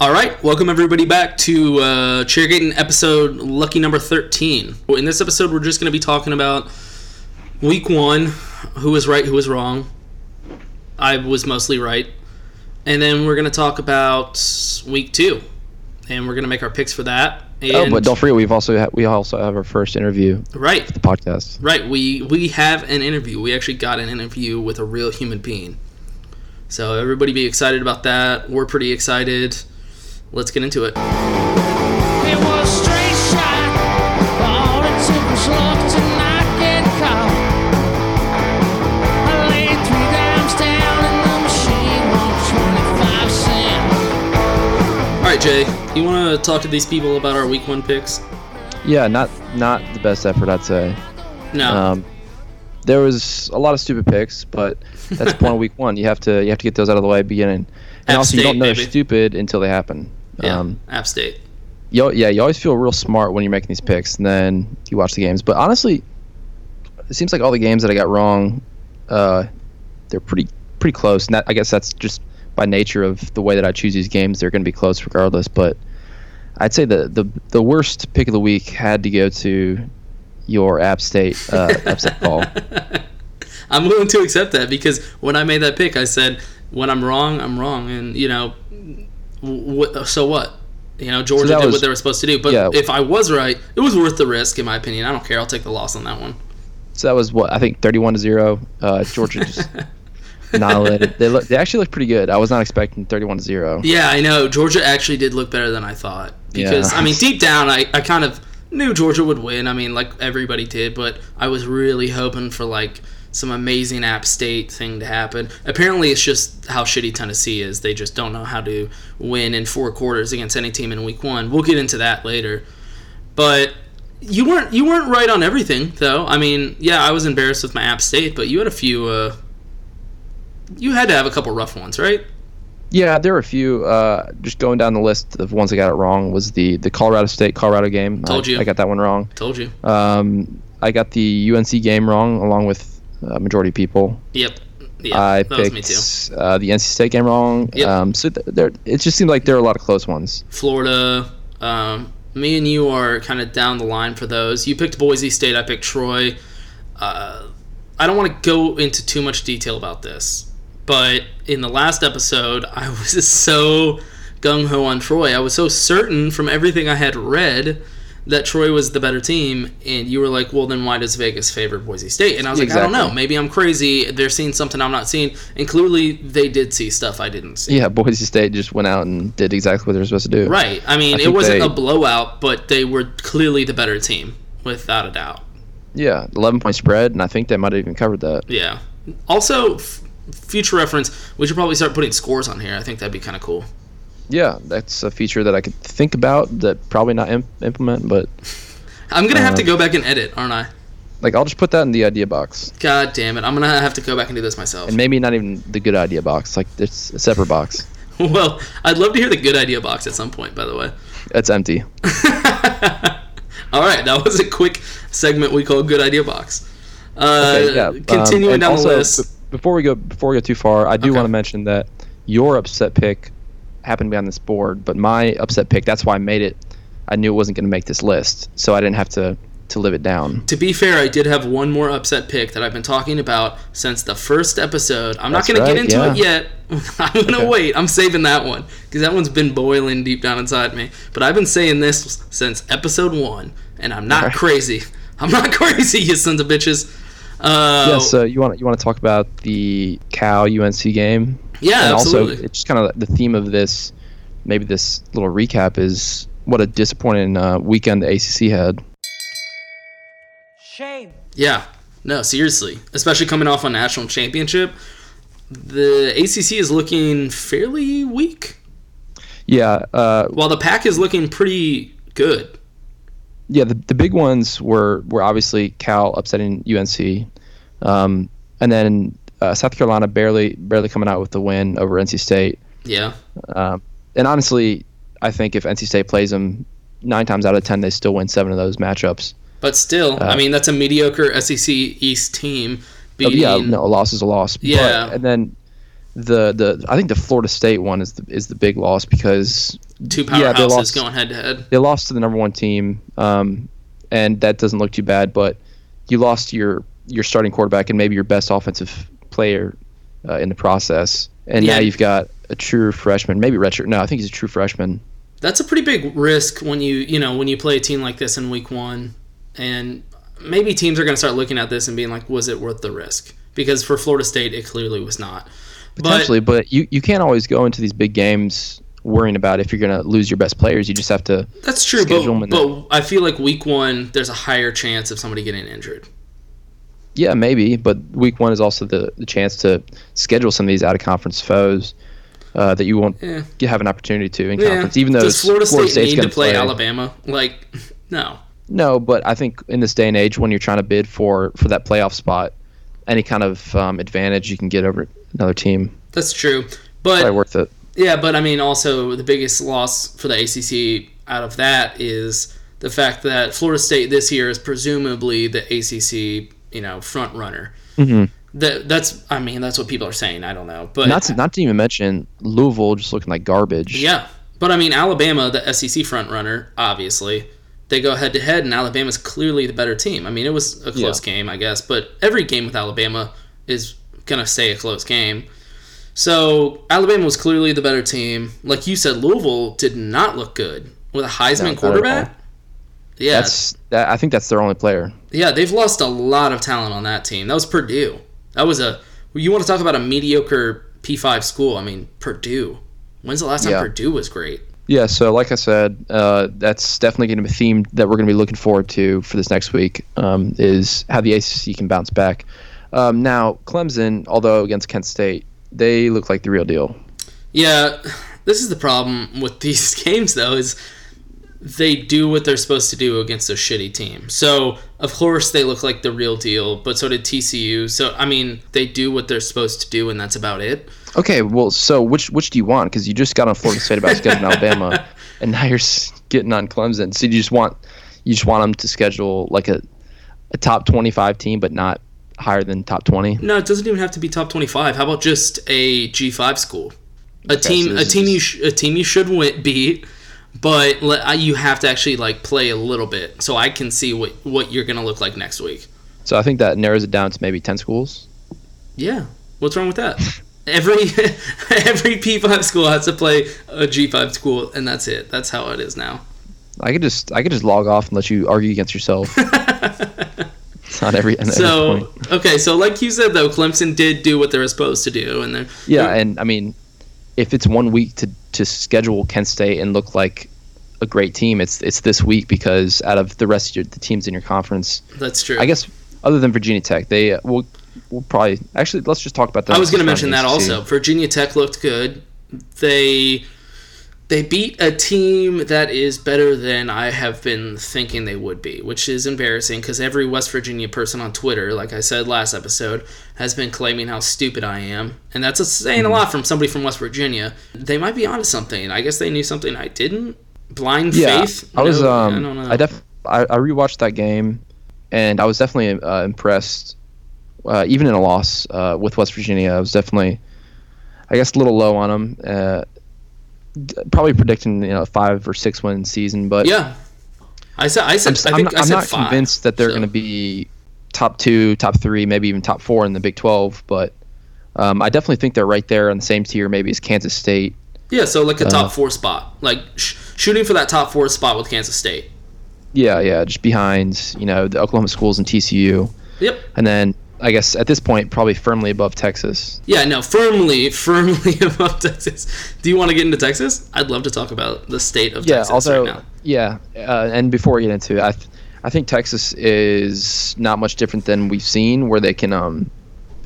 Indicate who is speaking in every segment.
Speaker 1: All right, welcome everybody back to uh, Cheergating episode lucky number 13. Well, In this episode, we're just going to be talking about week one who was right, who was wrong. I was mostly right. And then we're going to talk about week two. And we're going to make our picks for that. And,
Speaker 2: Oh, but don't forget we've also ha- we also have our first interview
Speaker 1: Right,
Speaker 2: the podcast.
Speaker 1: right. We, we have an interview. We actually got an interview with a real human being. So everybody be excited about that. We're pretty excited. Let's get into it.
Speaker 3: It was a straight shot. All it took was luck to not get caught. I laid three dimes down and the machine won 25 cents.
Speaker 1: All right, Jay, you want to talk to these people about our week one picks?
Speaker 2: Yeah, not not the best effort I'd say.
Speaker 1: No.
Speaker 2: Um, there was a lot of stupid picks, but that's point of week one. You have to you have to get those out of the way at the beginning, and
Speaker 1: App
Speaker 2: also you
Speaker 1: State,
Speaker 2: don't know
Speaker 1: baby.
Speaker 2: they're stupid until they happen.
Speaker 1: yeah.
Speaker 2: Um,
Speaker 1: App State.
Speaker 2: you, yeah, you always feel real smart when you're making these picks, and then you watch the games. But honestly, it seems like all the games that I got wrong, uh, they're pretty pretty close. And that, I guess that's just by nature of the way that I choose these games. They're going to be close regardless. But I'd say the, the the worst pick of the week had to go to your App State uh, App State call.
Speaker 1: I'm willing to accept that because when I made that pick, I said, when I'm wrong, I'm wrong. And, you know, wh- so what? You know, Georgia
Speaker 2: that
Speaker 1: did what
Speaker 2: was-
Speaker 1: they were supposed to do. But
Speaker 2: yeah.
Speaker 1: if I was right, it was worth the risk, in my opinion. I don't care. I'll take the loss on that one.
Speaker 2: So that was what I think thirty-one to zero. Uh, Georgia just annihilated. They look they actually looked pretty good. I was not expecting thirty-one to zero.
Speaker 1: Yeah, I know. Georgia actually did look better than I thought. Because,
Speaker 2: Yeah.
Speaker 1: I mean, deep down, I, I kind of knew Georgia would win. I mean, like everybody did, but I was really hoping for, like, some amazing App State thing to happen. Apparently, it's just how shitty Tennessee is. They just don't know how to win in four quarters against any team in week one. We'll get into that later. But. You weren't you weren't right on everything though. I mean, yeah, I was embarrassed with my App State, but you had a few. Uh, you had to have a couple rough ones, right?
Speaker 2: Yeah, there were a few. Uh, just going down the list of ones I got it wrong was the the Colorado State Colorado game.
Speaker 1: Told
Speaker 2: I,
Speaker 1: you.
Speaker 2: I got that one wrong.
Speaker 1: Told you.
Speaker 2: Um, I got the UNC game wrong along with uh, majority of people.
Speaker 1: Yep. Yeah,
Speaker 2: I
Speaker 1: that
Speaker 2: picked
Speaker 1: was me
Speaker 2: Uh, the NC State game wrong.
Speaker 1: Yep.
Speaker 2: Um, so th- there, it just seemed like there were a lot of close ones.
Speaker 1: too. Florida. Um, me and you are kind of down the line for those. You picked Boise State. I picked Troy. Uh, I don't want to go into too much detail about this, but in the last episode, I was just so gung ho on Troy. I was so certain from everything I had read that Troy was the better team, and you were like, "Well, then why does Vegas favor Boise State?" And I was like, "I don't
Speaker 2: Exactly.
Speaker 1: know. Maybe I'm crazy. They're seeing something I'm not seeing." And clearly, they did see stuff I didn't see.
Speaker 2: Yeah, Boise State just went out and did exactly what they were supposed to do.
Speaker 1: Right. I mean,
Speaker 2: I
Speaker 1: it
Speaker 2: think
Speaker 1: wasn't
Speaker 2: they-
Speaker 1: a blowout, but they were clearly the better team, without a doubt.
Speaker 2: Yeah, eleven point spread, and I think they might have even covered that.
Speaker 1: Yeah. Also, f- future reference, we should probably start putting scores on here. I think that'd be kind of cool.
Speaker 2: Yeah, that's a feature that I could think about that probably not imp- implement, but
Speaker 1: I'm going to have to
Speaker 2: Uh-huh.
Speaker 1: go back and edit, aren't I?
Speaker 2: like I'll just put that in the idea box.
Speaker 1: God damn it. I'm going to have to go back and do this myself.
Speaker 2: and maybe not even the good idea box like it's a separate box
Speaker 1: well, I'd love to hear the good idea box at some point, by the way.
Speaker 2: That's empty.
Speaker 1: Uh, All right, that was a quick segment we call Good Idea Box. Uh,
Speaker 2: Okay, yeah. um,
Speaker 1: Continuing
Speaker 2: and
Speaker 1: down
Speaker 2: also,
Speaker 1: the list.
Speaker 2: b- before we go before we go too far, I do want to mention that your upset pick happened to be on this board, but my upset pick, that's why I made it. I knew it wasn't going to make this list, so I didn't have to to live it down.
Speaker 1: to be fair, I did have one more upset pick that I've been talking about since the first episode. I'm
Speaker 2: That's
Speaker 1: not going
Speaker 2: right,
Speaker 1: to get into it yet. I'm going to
Speaker 2: Okay.
Speaker 1: wait. I'm saving that one because that one's been boiling deep down inside me. But I've been saying this since episode one, and I'm not crazy. I'm not crazy, you sons of bitches. Uh,
Speaker 2: Yeah, so you want you want to talk about the Cal UNC game?
Speaker 1: Yeah,
Speaker 2: and also
Speaker 1: absolutely.
Speaker 2: it's just kind of the theme of this, maybe this little recap is what a disappointing uh, weekend the ACC had.
Speaker 1: Yeah. No, seriously. Especially coming off a national championship, the ACC is looking fairly weak,
Speaker 2: Yeah, uh,
Speaker 1: while the pack is looking pretty good.
Speaker 2: yeah, the, the big ones were were obviously Cal upsetting UNC, um, and then uh, South Carolina barely barely coming out with the win over NC State.
Speaker 1: Yeah.
Speaker 2: And honestly, I think if NC State plays them nine times out of ten, they still win seven of those matchups.
Speaker 1: But still, I mean, that's a mediocre SEC East team
Speaker 2: Uh, Oh,
Speaker 1: beating.
Speaker 2: yeah, no, a loss is a loss. But-
Speaker 1: Yeah.
Speaker 2: and then the the I think the Florida State one is the is the big loss because
Speaker 1: Two
Speaker 2: yeah, they
Speaker 1: powerhouses
Speaker 2: lost.
Speaker 1: going head to head.
Speaker 2: they lost to the number one team, um, and that doesn't look too bad. But you lost your your starting quarterback and maybe your best offensive player uh, in the process, and
Speaker 1: Yeah.
Speaker 2: now you've got a true freshman, maybe redshirt. No, I think he's a true freshman.
Speaker 1: That's a pretty big risk when you you know when you play a team like this in week one, and maybe teams are going to start looking at this and being like, was it worth the risk? Because for Florida State, it clearly was not. But
Speaker 2: Potentially, but you you can't always go into these big games worrying about if you're going to lose your best players. You just have to.
Speaker 1: That's true, but,
Speaker 2: schedule 'em and
Speaker 1: but I feel like week one, there's a higher chance of somebody getting injured.
Speaker 2: Yeah, maybe, but week one is also the, the chance to schedule some of these out of conference foes uh, that you won't
Speaker 1: Yeah.
Speaker 2: you have an opportunity to in conference. Even though
Speaker 1: does Florida, State
Speaker 2: State's
Speaker 1: need
Speaker 2: gonna
Speaker 1: to play,
Speaker 2: play
Speaker 1: Alabama? Like, no.
Speaker 2: No, but I think in this day and age, when you're trying to bid for for that playoff spot, any kind of um, advantage you can get over another team,
Speaker 1: That's true,
Speaker 2: probably
Speaker 1: but
Speaker 2: worth it.
Speaker 1: yeah, but I mean, also the biggest loss for the ACC out of that is the fact that Florida State this year is presumably the ACC, you know, front runner. Mm-hmm. That that's I mean that's what people are saying. I don't know, but
Speaker 2: Not to, not to even mention Louisville just looking like garbage.
Speaker 1: Yeah, but I mean Alabama, the SEC front runner, obviously they go head to head, and Alabama's clearly the better team. I mean, it was a close game, I guess, but every game with Alabama is gonna stay a close game. So Alabama was clearly the better team. Like you said, Louisville did not look good with a Heisman
Speaker 2: all.
Speaker 1: quarterback. Yeah,
Speaker 2: that's that, I think that's their only player.
Speaker 1: yeah, they've lost a lot of talent on that team. That was Purdue. That was a you want to talk about a mediocre P five school? I mean, Purdue. When's the last time
Speaker 2: Yeah.
Speaker 1: Purdue was great?
Speaker 2: Yeah, so like I said, uh, that's definitely going to be a theme that we're going to be looking forward to for this next week um, is how the ACC can bounce back. Um, now, Clemson, although against Kent State, they look like the real deal.
Speaker 1: Yeah, this is the problem with these games though is they do what they're supposed to do against a shitty team. So of course they look like the real deal, but so did TCU. So I mean, they do what they're supposed to do, and that's about it.
Speaker 2: Okay, well, so which which do you want? Because you just got on Florida State about scheduling Alabama, and now you're s- getting on Clemson. So you just want you just want them to schedule like a a top twenty five team, but not higher than top twenty.
Speaker 1: No, it doesn't even have to be top twenty-five. How about just a G five school, a
Speaker 2: so
Speaker 1: team, a
Speaker 2: this is
Speaker 1: team you, sh- a team you should win, beat, but let, I- you have to actually like play a little bit, so I can see what what you're gonna look like next week.
Speaker 2: So I think that narrows it down to maybe ten schools.
Speaker 1: Yeah. What's wrong with that? Every every P five school has to play a G five school, and that's it. That's how it is now.
Speaker 2: I could just I could just log off and let you argue against yourself. it's not every. and every
Speaker 1: So
Speaker 2: point.
Speaker 1: okay, so like you said though, Clemson did do what they were supposed to do, and they're
Speaker 2: yeah, and I mean, if it's one week to to schedule Kent State and look like a great team, it's it's this week because out of the rest of your, the teams in your conference,
Speaker 1: that's true.
Speaker 2: I guess other than Virginia Tech, they uh, will will probably actually let's just talk about that.
Speaker 1: I was going to
Speaker 2: Let's
Speaker 1: mention
Speaker 2: round the
Speaker 1: that
Speaker 2: ACC.
Speaker 1: also. Virginia Tech looked good. They They beat a team that is better than I have been thinking they would be, which is embarrassing because every West Virginia person on Twitter, like I said last episode, has been claiming how stupid I am. And that's a, saying
Speaker 2: Mm-hmm.
Speaker 1: a lot from somebody from West Virginia. They might be onto something. I guess they knew something I didn't. Blind
Speaker 2: Yeah,
Speaker 1: faith?
Speaker 2: I was.
Speaker 1: No,
Speaker 2: um, I
Speaker 1: don't know.
Speaker 2: def. I, I rewatched that game, and I was definitely uh, impressed. Uh, even in a loss uh, with West Virginia, I was definitely, I guess, a little low on them. Uh, d- probably predicting you know a five or six win season, but
Speaker 1: yeah. I said, I
Speaker 2: I'm,
Speaker 1: said, i
Speaker 2: just, I am
Speaker 1: think
Speaker 2: not,
Speaker 1: I
Speaker 2: I'm
Speaker 1: said
Speaker 2: not
Speaker 1: five,
Speaker 2: convinced that they're
Speaker 1: so.
Speaker 2: going to be top two, top three, maybe even top four in the Big Twelve. But um, I definitely think they're right there on the same tier, maybe as Kansas State.
Speaker 1: Yeah, so like a
Speaker 2: Uh,
Speaker 1: top four spot, like sh- shooting for that top four spot with Kansas State.
Speaker 2: Yeah, yeah, just behind you know the Oklahoma schools and TCU.
Speaker 1: Yep.
Speaker 2: and then I guess at this point probably firmly above Texas.
Speaker 1: Yeah, no, firmly, firmly above Texas. Do you want to get into Texas? I'd love to talk about the state of Texas
Speaker 2: although
Speaker 1: right now.
Speaker 2: yeah, uh, and before we get into it, I, th- I think Texas is not much different than we've seen, where they can um,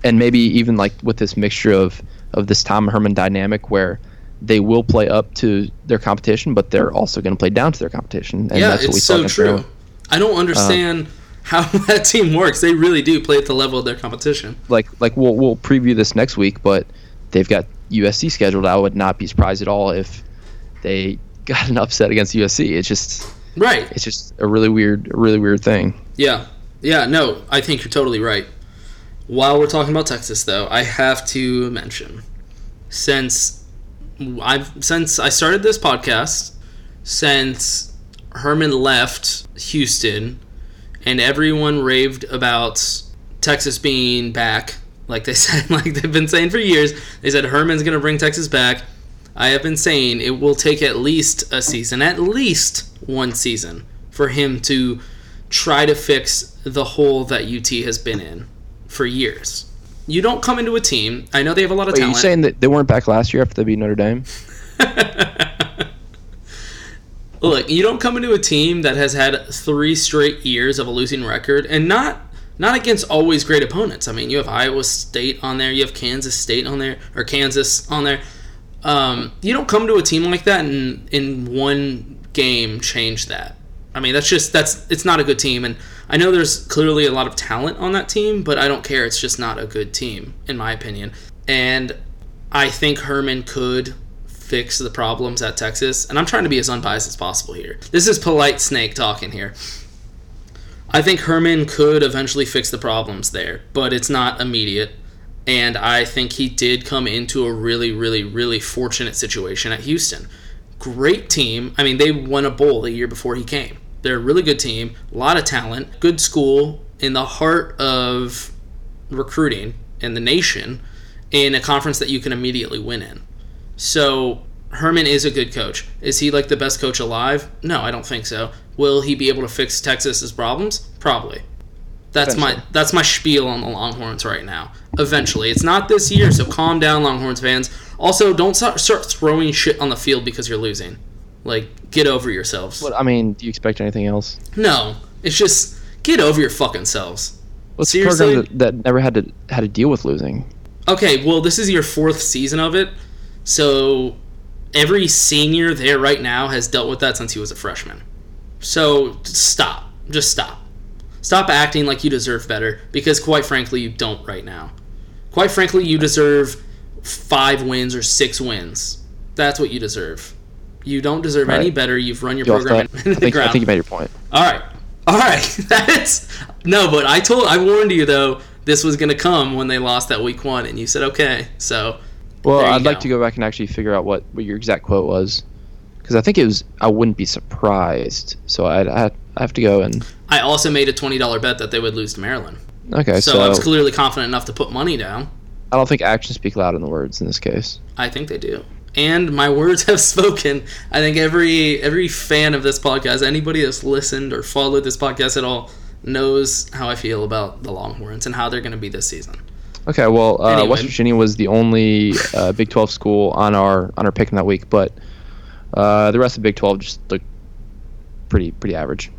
Speaker 2: and maybe even like with this mixture of of this Tom Herman dynamic where they will play up to their competition, but they're also going to play down to their competition. And
Speaker 1: yeah,
Speaker 2: that's what we Um,
Speaker 1: it's
Speaker 2: saw
Speaker 1: so
Speaker 2: against
Speaker 1: true.
Speaker 2: Maryland.
Speaker 1: I don't understand how that team works. They really do play at the level of their competition.
Speaker 2: Like like we'll we'll preview this next week, but they've got USC scheduled. I would not be surprised at all if they got an upset against USC. It's just
Speaker 1: Right.
Speaker 2: it's just a really weird, a really weird thing.
Speaker 1: Yeah. Yeah, no, I think you're totally right. While we're talking about Texas though, I have to mention since I've since I started this podcast, since Herman left Houston and everyone raved about Texas being back, like they said, like they've been saying for years, they said Herman's going to bring Texas back. I have been saying it will take at least a season, at least one season, for him to try to fix the hole that UT has been in for years. You don't come into a team. I know they have a lot of
Speaker 2: Wait, are you
Speaker 1: talent.
Speaker 2: saying that they weren't back last year after they beat Notre Dame?
Speaker 1: Look, you don't come into a team that has had three straight years of a losing record, and not not against always great opponents. I mean, you have Iowa State on there, you have Kansas State on there, or Kansas on there. Um, you don't come to a team like that and in one game change that. I mean, that's just that's it's not a good team, and I know there's clearly a lot of talent on that team, but I don't care. It's just not a good team, in my opinion. And I think Herman could fix the problems at Texas, and I'm trying to be as unbiased as possible here. This is polite snake talking here. I think Herman could eventually fix the problems there, but it's not immediate. And I think he did come into a really, really, really fortunate situation at Houston. Great team. I mean, they won a bowl the year before he came. They're a really good team, a lot of talent, good school in the heart of recruiting in the nation in a conference that you can immediately win in. So Herman is a good coach. Is he like the best coach alive? No, I don't think so. Will he be able to fix Texas's problems? Probably. That's my that's my spiel on the Longhorns right now. Eventually, it's not this year, so calm down, Longhorns fans. Also, don't start, start throwing shit on the field because you're losing. Like, get over yourselves.
Speaker 2: But I mean, do you expect anything else?
Speaker 1: No, it's just get over your fucking selves.
Speaker 2: What's the
Speaker 1: Seriously?
Speaker 2: program that, that never had to had to deal with losing?
Speaker 1: Okay, well, this is your fourth season of it, so every senior there right now has dealt with that since he was a freshman. So just stop, just stop, stop acting like you deserve better because, quite frankly, you don't right now. Quite frankly, you deserve five wins or six wins. That's what you deserve. You don't deserve any
Speaker 2: Right.
Speaker 1: better. You've run your
Speaker 2: You all
Speaker 1: program
Speaker 2: thought-
Speaker 1: in
Speaker 2: I
Speaker 1: the
Speaker 2: think,
Speaker 1: ground.
Speaker 2: I think you made your point.
Speaker 1: All right. All right. That's no, but I told I warned you though this was gonna come when they lost that week one, and you said okay. So
Speaker 2: Well,
Speaker 1: There you
Speaker 2: I'd like
Speaker 1: go.
Speaker 2: to go back and actually figure out what, what your exact quote was, because I think it was I wouldn't be surprised. So I'd, I I have to go and
Speaker 1: I also made a twenty dollar bet that they would lose to Maryland.
Speaker 2: okay. So,
Speaker 1: So, I was clearly confident enough to put money down.
Speaker 2: I don't think actions speak louder than words in this case.
Speaker 1: I think they do. And my words have spoken. I think every every fan of this podcast, anybody that's listened or followed this podcast at all, knows how I feel about the Longhorns and how they're going to be this season.
Speaker 2: Okay, well, uh,
Speaker 1: Anyway.
Speaker 2: West Virginia was the only uh, Big 12 school on our on our pick in that week, but uh, the rest of Big 12 just looked pretty pretty average.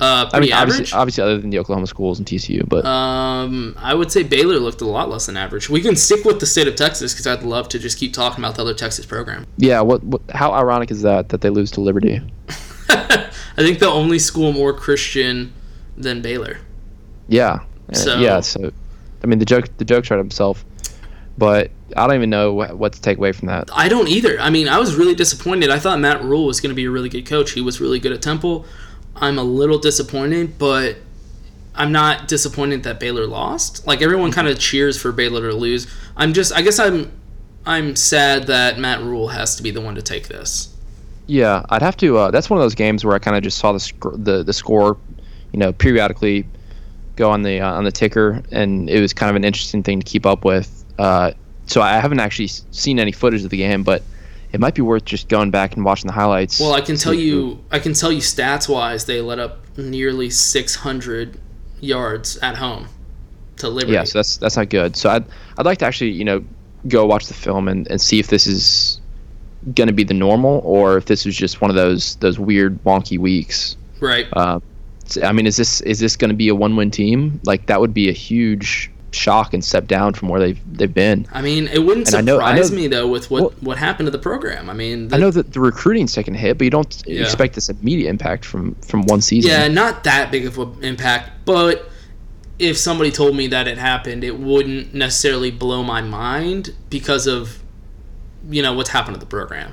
Speaker 1: Uh,
Speaker 2: I
Speaker 1: pretty
Speaker 2: mean, obviously,
Speaker 1: average.
Speaker 2: obviously, other than the Oklahoma schools and TCU, but
Speaker 1: Um, I would say Baylor looked a lot less than average. We can stick with the state of Texas because I'd love to just keep talking about the other Texas program.
Speaker 2: yeah, what, what? How ironic is that that they lose to Liberty?
Speaker 1: Hmm. I think the only school more Christian than Baylor.
Speaker 2: Yeah, And-
Speaker 1: So-
Speaker 2: yeah. So, I mean, the joke the joke shot himself, but I don't even know wh- what to take away from that.
Speaker 1: I don't either. I mean, I was really disappointed. I thought Matt Rule was going to be a really good coach. He was really good at Temple. I'm a little disappointed, but I'm not disappointed that Baylor lost. Like everyone kind of cheers for Baylor to lose. I'm just I guess I'm I'm sad that Matt Rule has to be the one to take this.
Speaker 2: Yeah, I'd have to. Uh, that's one of those games where I kind of just saw the sc- the the score, you know, periodically go on the uh, on the ticker, and it was kind of an interesting thing to keep up with. Uh, so I haven't actually s- seen any footage of the game, but it might be worth just going back and watching the highlights.
Speaker 1: Well, I can tell you I can tell you stats wise they let up nearly 600 yards at home to Liberty.
Speaker 2: yeah, so that's that's not good. So I'd I'd like to actually you know go watch the film and, and see if this is going to be the normal or if this was just one of those those weird wonky weeks.
Speaker 1: right.
Speaker 2: uh, So, I mean, is this is this going to be a one win team? Like that would be a huge shock and step down from where they've they've been.
Speaker 1: I mean, it wouldn't
Speaker 2: And I know-
Speaker 1: surprise
Speaker 2: I know-
Speaker 1: me though with what
Speaker 2: Well-
Speaker 1: what happened to the program. I mean,
Speaker 2: I know that the recruiting's taking a hit, but you don't
Speaker 1: Yeah.
Speaker 2: expect this immediate impact from from one season.
Speaker 1: yeah, not that big of an impact, but if somebody told me that it happened, it wouldn't necessarily blow my mind because of you know what's happened to the program.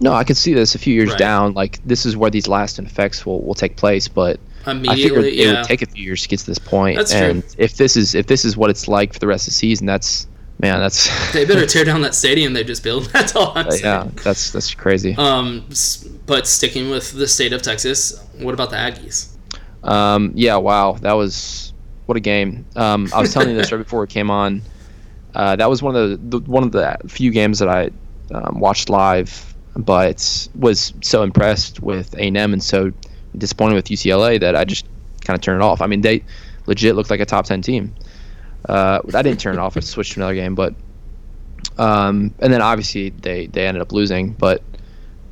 Speaker 2: No, I could see this a few years
Speaker 1: Right.
Speaker 2: down. Like this is where these lasting effects will, will take place, but I figured
Speaker 1: Immediately,
Speaker 2: it
Speaker 1: yeah.
Speaker 2: would take a few years to get to this point.
Speaker 1: That's true.
Speaker 2: and if this is if this is what it's like for the rest of the season, that's man, that's
Speaker 1: they better tear down that stadium they just built. That's all I'm saying.
Speaker 2: yeah, that's that's crazy.
Speaker 1: Um, s- but sticking with the state of Texas, what about the Aggies?
Speaker 2: Um, yeah, wow, that was what a game. Um, I was telling you this right before it came on. Uh, that was one of the, the one of the few games that I um, watched live, but was so impressed with A and M and so disappointed with UCLA that I just kind of turned it off. I mean, they legit looked like a top ten team. Uh, I didn't turn it off. I switched to another game, but um, and then obviously they they ended up losing, but.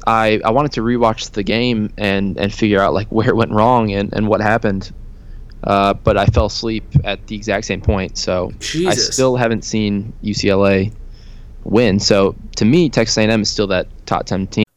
Speaker 2: I, I wanted to rewatch the game and, and figure out like where it went wrong and, and what happened. Uh, but I fell asleep at the exact same point, so I
Speaker 1: Jesus.
Speaker 2: still haven't seen UCLA win. So to me, Texas A&M is still that top ten team.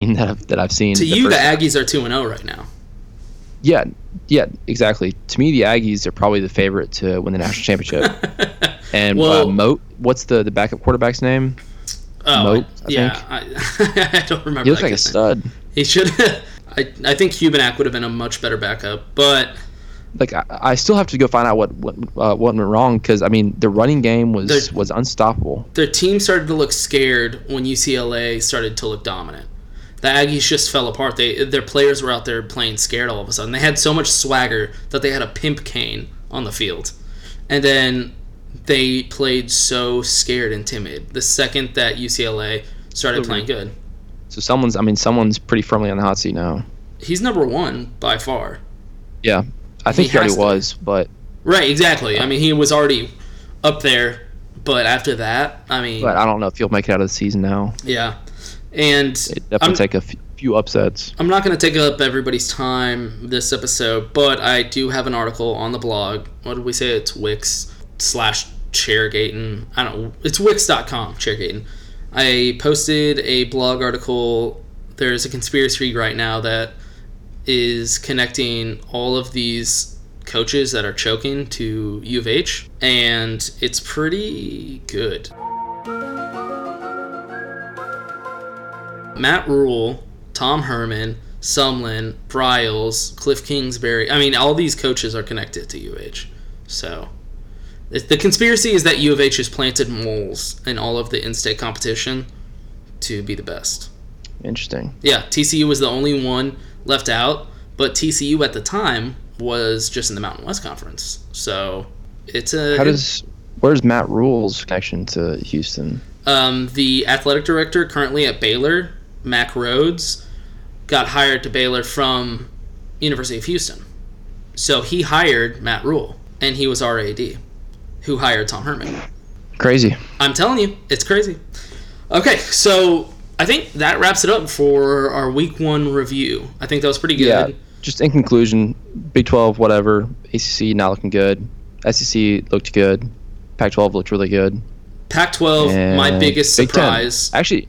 Speaker 2: That I've, that I've seen.
Speaker 1: To you, the
Speaker 2: first-
Speaker 1: Aggies are two and zero right now.
Speaker 2: yeah, yeah, exactly. To me, the Aggies are probably the favorite to win the national championship. and
Speaker 1: Well-
Speaker 2: uh, Moat, what's the the backup quarterback's name?
Speaker 1: Oh,
Speaker 2: Moat, I
Speaker 1: yeah, I, I don't remember.
Speaker 2: He looks
Speaker 1: that
Speaker 2: like a
Speaker 1: kid's name.
Speaker 2: stud.
Speaker 1: He should. I, I think Hubenak would have been a much better backup, but
Speaker 2: like I, I still have to go find out what what, uh, what went wrong because I mean the running game was
Speaker 1: There's-
Speaker 2: was unstoppable.
Speaker 1: their team started to look scared when UCLA started to look dominant. The Aggies just fell apart. They their players were out there playing scared all of a sudden. They had so much swagger that they had a pimp cane on the field, and then they played so scared and timid. The second that UCLA started playing good,
Speaker 2: So someone's I mean someone's pretty firmly on the hot seat now.
Speaker 1: he's number one by far.
Speaker 2: Yeah, I think
Speaker 1: He
Speaker 2: he, already
Speaker 1: has to be.
Speaker 2: was, but
Speaker 1: Right, exactly. I mean, he was already up there, but after that, I mean,
Speaker 2: but I don't know if he'll make it out of the season now.
Speaker 1: yeah. And
Speaker 2: It definitely
Speaker 1: I'm,
Speaker 2: take a f- few upsets.
Speaker 1: I'm not going to take up everybody's time this episode, but I do have an article on the blog. What did we say? It's Wix slash Chairgaten. I don't. It's Wix.com, Chairgaten. I posted a blog article. There's a conspiracy right now that is connecting all of these coaches that are choking to U of H, and it's pretty good. Matt Rule, Tom Herman, Sumlin, Bryles, Cliff Kingsbury. I mean, all these coaches are connected to U of H. So the- the conspiracy is that U of H has planted moles in all of the in-state competition to be the best.
Speaker 2: Interesting.
Speaker 1: Yeah, TCU was the only one left out, but TCU at the time was just in the Mountain West Conference. So it's a
Speaker 2: How does where's Matt Rule's connection to Houston?
Speaker 1: um, the athletic director currently at Baylor, Mac Rhodes, got hired to Baylor from University of Houston. So he hired Matt Rule, and he was RAD, who hired Tom Herman.
Speaker 2: Crazy.
Speaker 1: I'm telling you, it's crazy. Okay, so I think that wraps it up for our week one review. I think that was pretty good.
Speaker 2: Yeah. Just in conclusion, Big 12, whatever. ACC not looking good. SEC looked good. Pac 12 looked really good.
Speaker 1: Pac 12, my
Speaker 2: And
Speaker 1: biggest
Speaker 2: Big 10.
Speaker 1: surprise.
Speaker 2: Actually,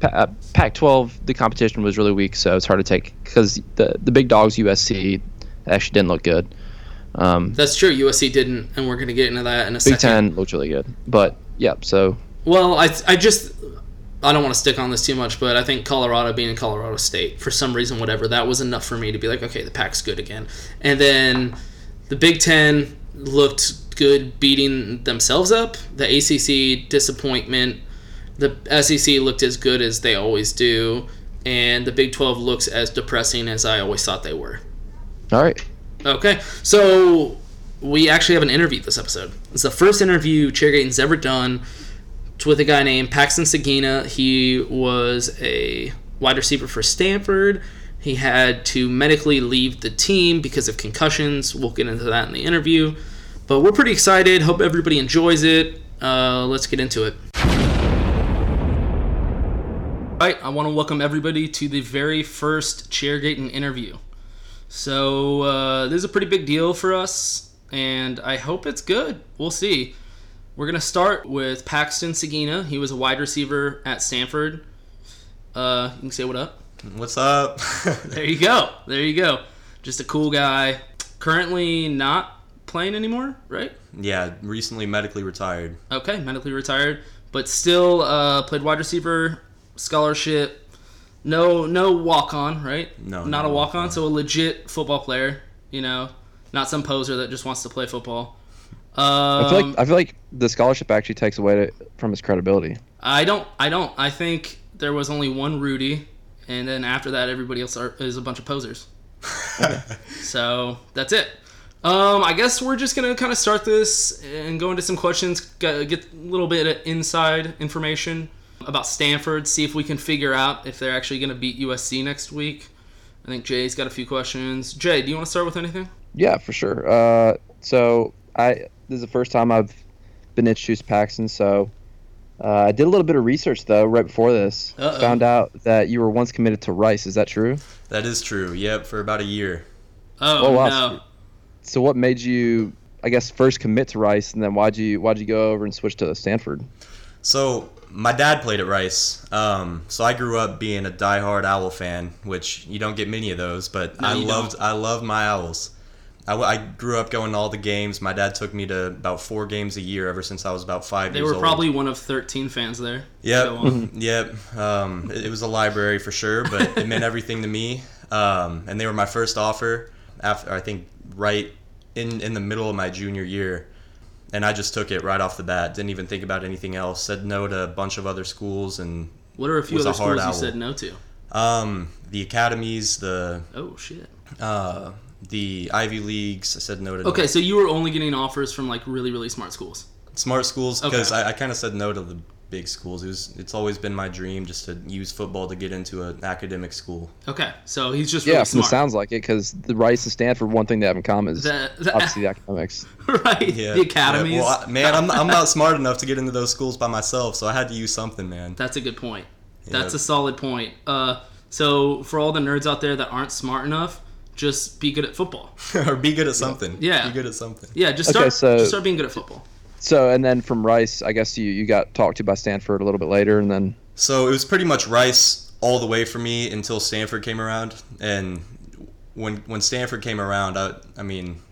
Speaker 2: pa- uh, Pac 12, the competition was really weak, so it's hard to take because the, the big dogs, USC, actually didn't look good. Um,
Speaker 1: That's true, USC didn't, and we're going to get into that in a
Speaker 2: Big
Speaker 1: second.
Speaker 2: 10 looked really good. But, yeah, so
Speaker 1: Well, I, I just I don't want to stick on this too much, but I think Colorado being in Colorado State for some reason, whatever, that was enough for me to be like, okay, the pack's good again. And then the Big Ten looked good, beating themselves up. The ACC disappointment. The SEC looked as good as they always do, and the Big Twelve looks as depressing as I always thought they were.
Speaker 2: all right.
Speaker 1: Okay, so we actually have an interview this episode. It's the first interview Chairgaten's ever done. It's with a guy named Paxton Sagina. He was a wide receiver for Stanford. He had to medically leave the team because of concussions. We'll get into that in the interview. But we're pretty excited. Hope everybody enjoys it. Uh, let's get into it. All right, I want to welcome everybody to the very first Chairgaten interview. So uh, this is a pretty big deal for us, and I hope it's good. We'll see. We're gonna start with Paxton Sagina. He was a wide receiver at Stanford. Uh, you can say what up.
Speaker 4: What's up?
Speaker 1: there you go. There you go. Just a cool guy. Currently not playing anymore, right?
Speaker 4: Yeah, recently medically retired.
Speaker 1: Okay, medically retired, but still uh, played wide receiver, scholarship. No, no walk on, right?
Speaker 4: No,
Speaker 1: not
Speaker 4: no
Speaker 1: a walk on. So a legit football player, you know, not some poser that just wants to play football. Um,
Speaker 2: I
Speaker 1: I,
Speaker 2: feel like I feel like the scholarship actually takes away to, from his credibility.
Speaker 1: don't. I don't. I think there was only one Rudy, and then after that, everybody else are, is a bunch of posers. so that's it. Um, I guess we're just gonna kind of start this and go into some questions, g- get a little bit of inside information about Stanford, see if we can figure out if they're actually gonna beat USC next week. I think Jay's got a few questions. Jay, do you want to start with anything?
Speaker 2: Yeah, for sure. Uh, so I this is the first time I've been introduced to Paxton. So uh, I did a little bit of research though right before this.
Speaker 4: Uh-oh.
Speaker 2: Found out that you were once committed to Rice. Is that true?
Speaker 4: That is true. Yep, for about a year.
Speaker 1: Oh,
Speaker 2: wow. So what made you, I guess, first commit to Rice, and then why'd you why'd you go over and switch to Stanford?
Speaker 4: So my dad played at Rice. Um, so I grew up being a diehard owl fan, which you don't get many of those, but
Speaker 1: No,
Speaker 4: I
Speaker 1: you
Speaker 4: loved I loved my owls. I, w- I grew up going to all the games. My dad took me to about four games a year ever since I was about five
Speaker 1: They
Speaker 4: years
Speaker 1: were
Speaker 4: old.
Speaker 1: probably one of 13 fans there. Go on.
Speaker 4: Yep, yep. Um, it, it was a library for sure, but it meant everything to me. Um, and they were my first offer after I think right in in the middle of my junior year, and I just took it right off the bat. Didn't even think about anything else. Said no to a bunch of other schools, and
Speaker 1: What are a few
Speaker 4: was
Speaker 1: other
Speaker 4: hard
Speaker 1: schools you
Speaker 4: owl.
Speaker 1: said no to?
Speaker 4: Um, the academies, the
Speaker 1: oh shit,
Speaker 4: uh, the Ivy leagues. I said no to.
Speaker 1: Okay, so you were only getting offers from like really, really smart schools.
Speaker 4: smart schools
Speaker 1: Okay.
Speaker 4: because I, I kind of said no to the big schools. It was it's always been my dream just to use football to get into an academic school.
Speaker 1: Okay, so he's just
Speaker 2: yeah,
Speaker 1: really
Speaker 2: from the
Speaker 1: smart.
Speaker 2: sounds like it, because the Rice and Stanford, one thing they have in common is
Speaker 1: The- the-
Speaker 2: obviously the academics.
Speaker 1: right?
Speaker 4: Yeah.
Speaker 1: The academies.
Speaker 4: Yeah, well, I- man, I'm, I'm not smart enough to get into those schools by myself, so I had to use something, man.
Speaker 1: That's a good point.
Speaker 4: Yeah.
Speaker 1: That's a solid point. Uh, so for all the nerds out there that aren't smart enough, just be good at football.
Speaker 4: or be good at something.
Speaker 1: Yeah.
Speaker 4: Be good at something.
Speaker 1: Yeah, just
Speaker 2: Okay,
Speaker 1: start.
Speaker 2: so-
Speaker 1: just start being good at football.
Speaker 2: So and then from Rice, I guess you you got talked to by Stanford a little bit later, and then
Speaker 4: So it was pretty much Rice all the way for me until Stanford came around, and
Speaker 2: when when Stanford came around, I, I mean,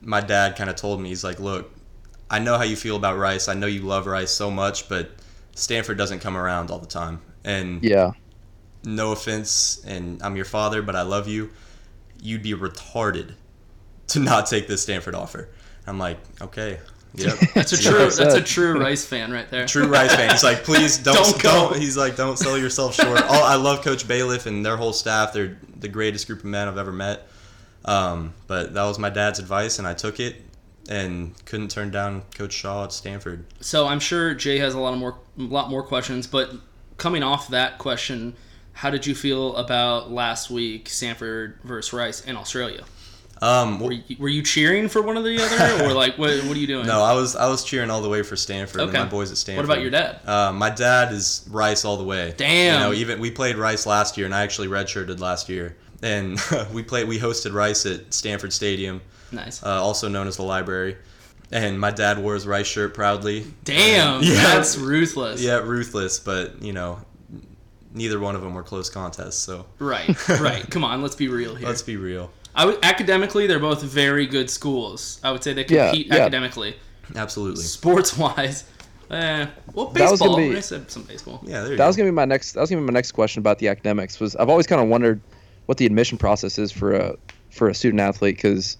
Speaker 2: my dad kind of told me he's like, look, I know how you feel about Rice. I know you love Rice so much, but Stanford doesn't come around all the time. And
Speaker 5: Yeah.
Speaker 2: no offense, and I'm your father, but I love you. You'd be retarded to not take this Stanford offer. I'm like, okay. Yep.
Speaker 1: That's a true. That's a true Rice fan right there.
Speaker 2: True Rice fan. He's like, please don't,
Speaker 1: Don't
Speaker 2: don't,
Speaker 1: go.
Speaker 2: He's like, don't sell yourself short. Oh, I love Coach Bailiff and their whole staff. They're the greatest group of men I've ever met. Um, but that was my dad's advice, and I took it and couldn't turn down Coach Shaw at Stanford.
Speaker 1: So I'm sure Jay has a lot of more, lot more questions. But coming off that question, how did you feel about last week Sanford versus Rice in Australia?
Speaker 2: Um,
Speaker 1: were, you, were you cheering for one or the other, or like what, what are you doing?
Speaker 2: No, I was I was cheering all the way for Stanford and
Speaker 1: Okay.
Speaker 2: my boys at Stanford.
Speaker 1: What about your dad?
Speaker 2: Uh, my dad is Rice all the way.
Speaker 1: Damn.
Speaker 2: You know, even we played Rice last year, and I actually redshirted last year, and we played we hosted Rice at Stanford Stadium.
Speaker 1: Nice.
Speaker 2: Uh, also known as the library, and my dad wore his Rice shirt proudly.
Speaker 1: Damn, that's ruthless.
Speaker 2: Yeah, ruthless, but you know, neither one of them were close contests. So
Speaker 1: Right, right. Come on, let's be real here.
Speaker 2: Let's be real.
Speaker 1: I would, academically, they're both very good schools. I would say they
Speaker 2: Yeah,
Speaker 1: compete
Speaker 2: yeah.
Speaker 1: academically.
Speaker 2: Absolutely.
Speaker 1: Sports wise, eh, well,
Speaker 5: That was
Speaker 1: baseball.
Speaker 5: gonna be-
Speaker 1: I said some baseball.
Speaker 2: Yeah,
Speaker 5: that was gonna be my next. That was gonna be my next question about the academics. Was I've always kind of wondered what the admission process is for a for a student athlete because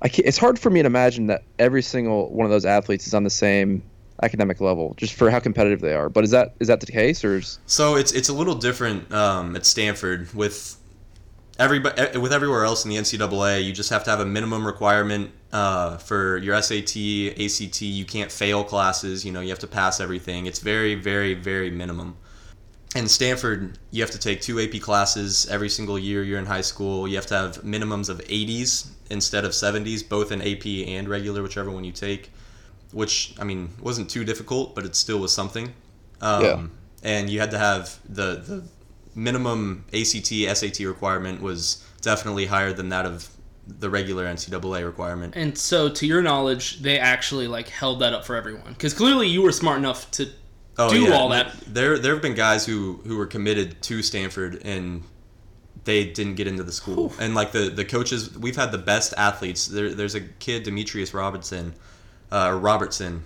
Speaker 5: I can't, it's hard for me to imagine that every single one of those athletes is on the same academic level just for how competitive they are. But is that is that the case or is
Speaker 2: So it's it's a little different um, at Stanford with everybody e, with everywhere else in the NCAA. You just have to have a minimum requirement uh, for your SAT, ACT. You can't fail classes. You know you have to pass everything. It's very very very minimum. And Stanford, you have to take two AP classes every single year you're in high school. You have to have minimums of 80s instead of 70s, both in AP and regular, whichever one you take. Which I mean wasn't too difficult, but it still was something. Um,
Speaker 5: Yeah.
Speaker 2: And you had to have the the minimum ACT SAT requirement was definitely higher than that of the regular NCAA requirement.
Speaker 1: And so, to your knowledge, they actually like held that up for everyone because clearly you were smart enough to
Speaker 2: Oh,
Speaker 4: Oh,
Speaker 1: do all that.
Speaker 2: There there have been guys who who were committed to Stanford and they didn't get into the school. And like the the coaches, we've had the best athletes. There, there's a kid Demetrius Robinson, uh, or Robertson,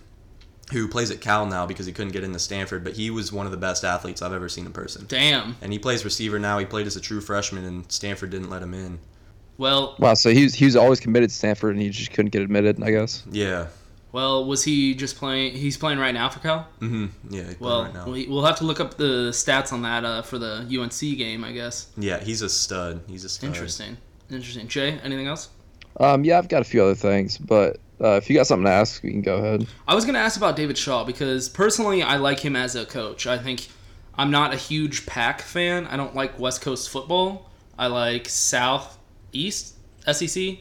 Speaker 2: who plays at Cal now because he couldn't get into Stanford, but he was one of the best athletes I've ever seen in person.
Speaker 1: Damn.
Speaker 2: And he plays receiver now. He played as a true freshman, and Stanford didn't let him in.
Speaker 1: Well,
Speaker 5: wow? So he was, he was always committed to Stanford and he just couldn't get admitted. I guess.
Speaker 2: Yeah.
Speaker 1: well, was he just playing? He's playing right now for Cal.
Speaker 2: Mm-hmm. Yeah. he's playing
Speaker 1: Well,
Speaker 2: right now.
Speaker 1: we, we'll have to look up the stats on that uh, for the UNC game, I guess.
Speaker 2: yeah, he's a stud. He's a stud.
Speaker 1: Interesting, interesting. Jay, anything else?
Speaker 5: Um, yeah, I've got a few other things, but uh, if you got something to ask, we can go ahead.
Speaker 1: I was going to ask about David Shaw because personally, I like him as a coach. I think I'm not a huge Pac fan. I don't like West Coast football. I like South East SEC,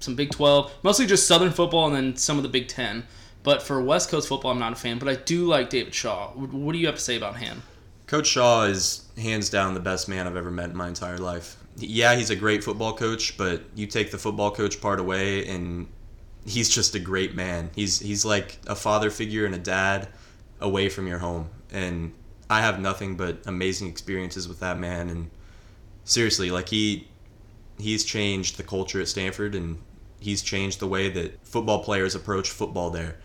Speaker 1: some Big 12, mostly just Southern football, and then some of the Big 10. But for West Coast football, I'm not a fan. But I do like David Shaw. Wh- What do you have to say about him?
Speaker 2: Coach Shaw is hands down the best man I've ever met in my entire life. Yeah, he's a great football coach, but you take the football coach part away and he's just a great man. He's he's like a father figure and a dad away from your home. And I have nothing but amazing experiences with that man and seriously, like he he's changed the culture at Stanford and he's changed the way that football players approach football there.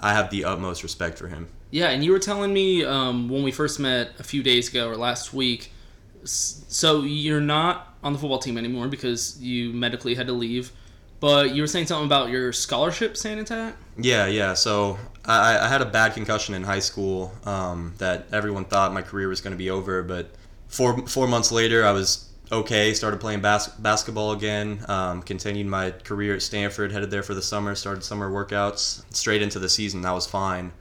Speaker 2: I have the utmost respect for him.
Speaker 1: Yeah, and you were telling me um, when we first met a few days ago or last week. s- So you're not on the football team anymore because you medically had to leave. But you were saying something about your scholarship staying intact.
Speaker 2: Yeah, yeah. So I, I had a bad concussion in high school um, that everyone thought my career was going to be over, but four four months later, I was okay. Started playing bas- basketball again. Um, continued my career at Stanford. Headed there for the summer. Started summer workouts. Straight into the season, that was fine.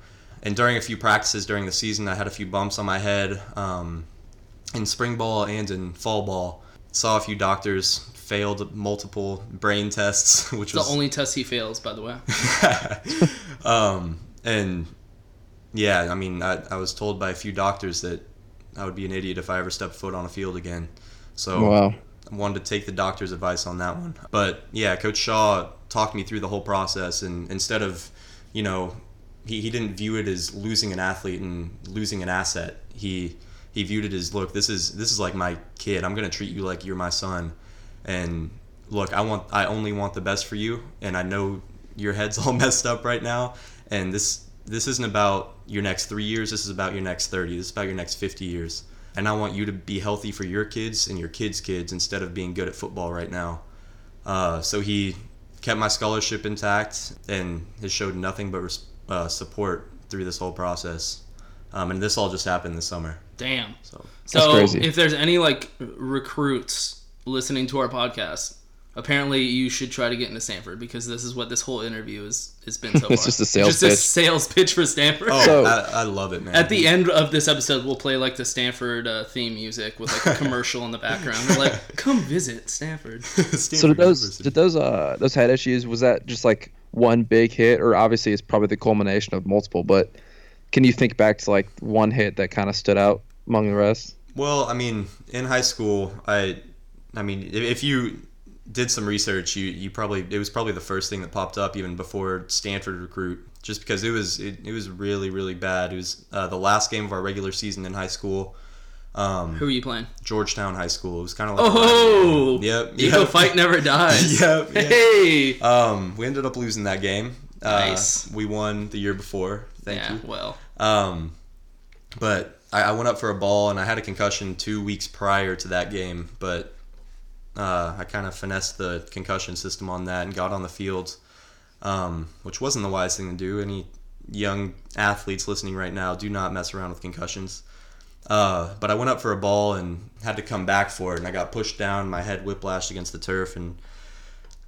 Speaker 2: And during a few practices during the season, I had a few bumps on my head. Um, in spring ball and in fall ball, saw a few doctors. Failed multiple brain tests, which
Speaker 1: It's the
Speaker 2: was
Speaker 1: only test he fails, by the way.
Speaker 2: um, and yeah, I mean, I, I was told by a few doctors that I would be an idiot if I ever stepped foot on a field again. So
Speaker 5: Wow.
Speaker 2: I wanted to take the doctor's advice on that one. But yeah, Coach Shaw talked me through the whole process, and instead of, you know, he, he didn't view it as losing an athlete and losing an asset. He he viewed it as look, this is this is like my kid. I'm gonna treat you like you're my son
Speaker 4: and look, I want I only want the best for you, and I know your head's all messed up right now, and this this isn't about your next three years. This is about your next thirty. This is about your next fifty years. And I want you to be healthy for your kids and your kids' kids instead of being good at football right now. Uh, so he kept my scholarship intact and has showed nothing but res- uh, support through this whole process. Um, and this all just happened this summer.
Speaker 1: Damn. So,
Speaker 4: That's crazy.
Speaker 1: if there's any like recruits listening to our podcast, apparently you should try to get into Stanford because this is what this whole interview is has been so far.
Speaker 2: It's just a sales
Speaker 1: just a
Speaker 2: pitch.
Speaker 1: sales pitch for Stanford.
Speaker 4: Oh, So- I- I love it, man.
Speaker 1: At the end of this episode, we'll play like the Stanford uh, theme music with like a commercial in the background. We're like, come visit Stanford.
Speaker 2: so did those did those uh those head issues was that just like one big hit or obviously it's probably the culmination of multiple but can you think back to like one hit that kind of stood out among the rest
Speaker 4: Well, I mean, in high school, I, I mean, if, if you did some research, you you probably it was probably the first thing that popped up even before Stanford recruit, just because it was it, it was really really bad. It was uh, the last game of our regular season in high school. Um,
Speaker 1: Who are you playing?
Speaker 4: Georgetown High School. It was kind of like a
Speaker 1: Oh,
Speaker 4: rivalry game. yep,
Speaker 1: Eco
Speaker 4: yep.
Speaker 1: fight never dies.
Speaker 4: yep, yep.
Speaker 1: Hey.
Speaker 4: Um, we ended up losing that game. Uh,
Speaker 1: Nice.
Speaker 4: We won the year before. Thank
Speaker 1: Yeah,
Speaker 4: you.
Speaker 1: well.
Speaker 4: Um, but I, I went up for a ball and I had a concussion two weeks prior to that game, but uh, I kind of finessed the concussion system on that and got on the field, um, which wasn't the wise thing to do. Any young athletes listening right now, do not mess around with concussions. Uh, but I went up for a ball and had to come back for it, and I got pushed down. My head whiplashed against the turf, and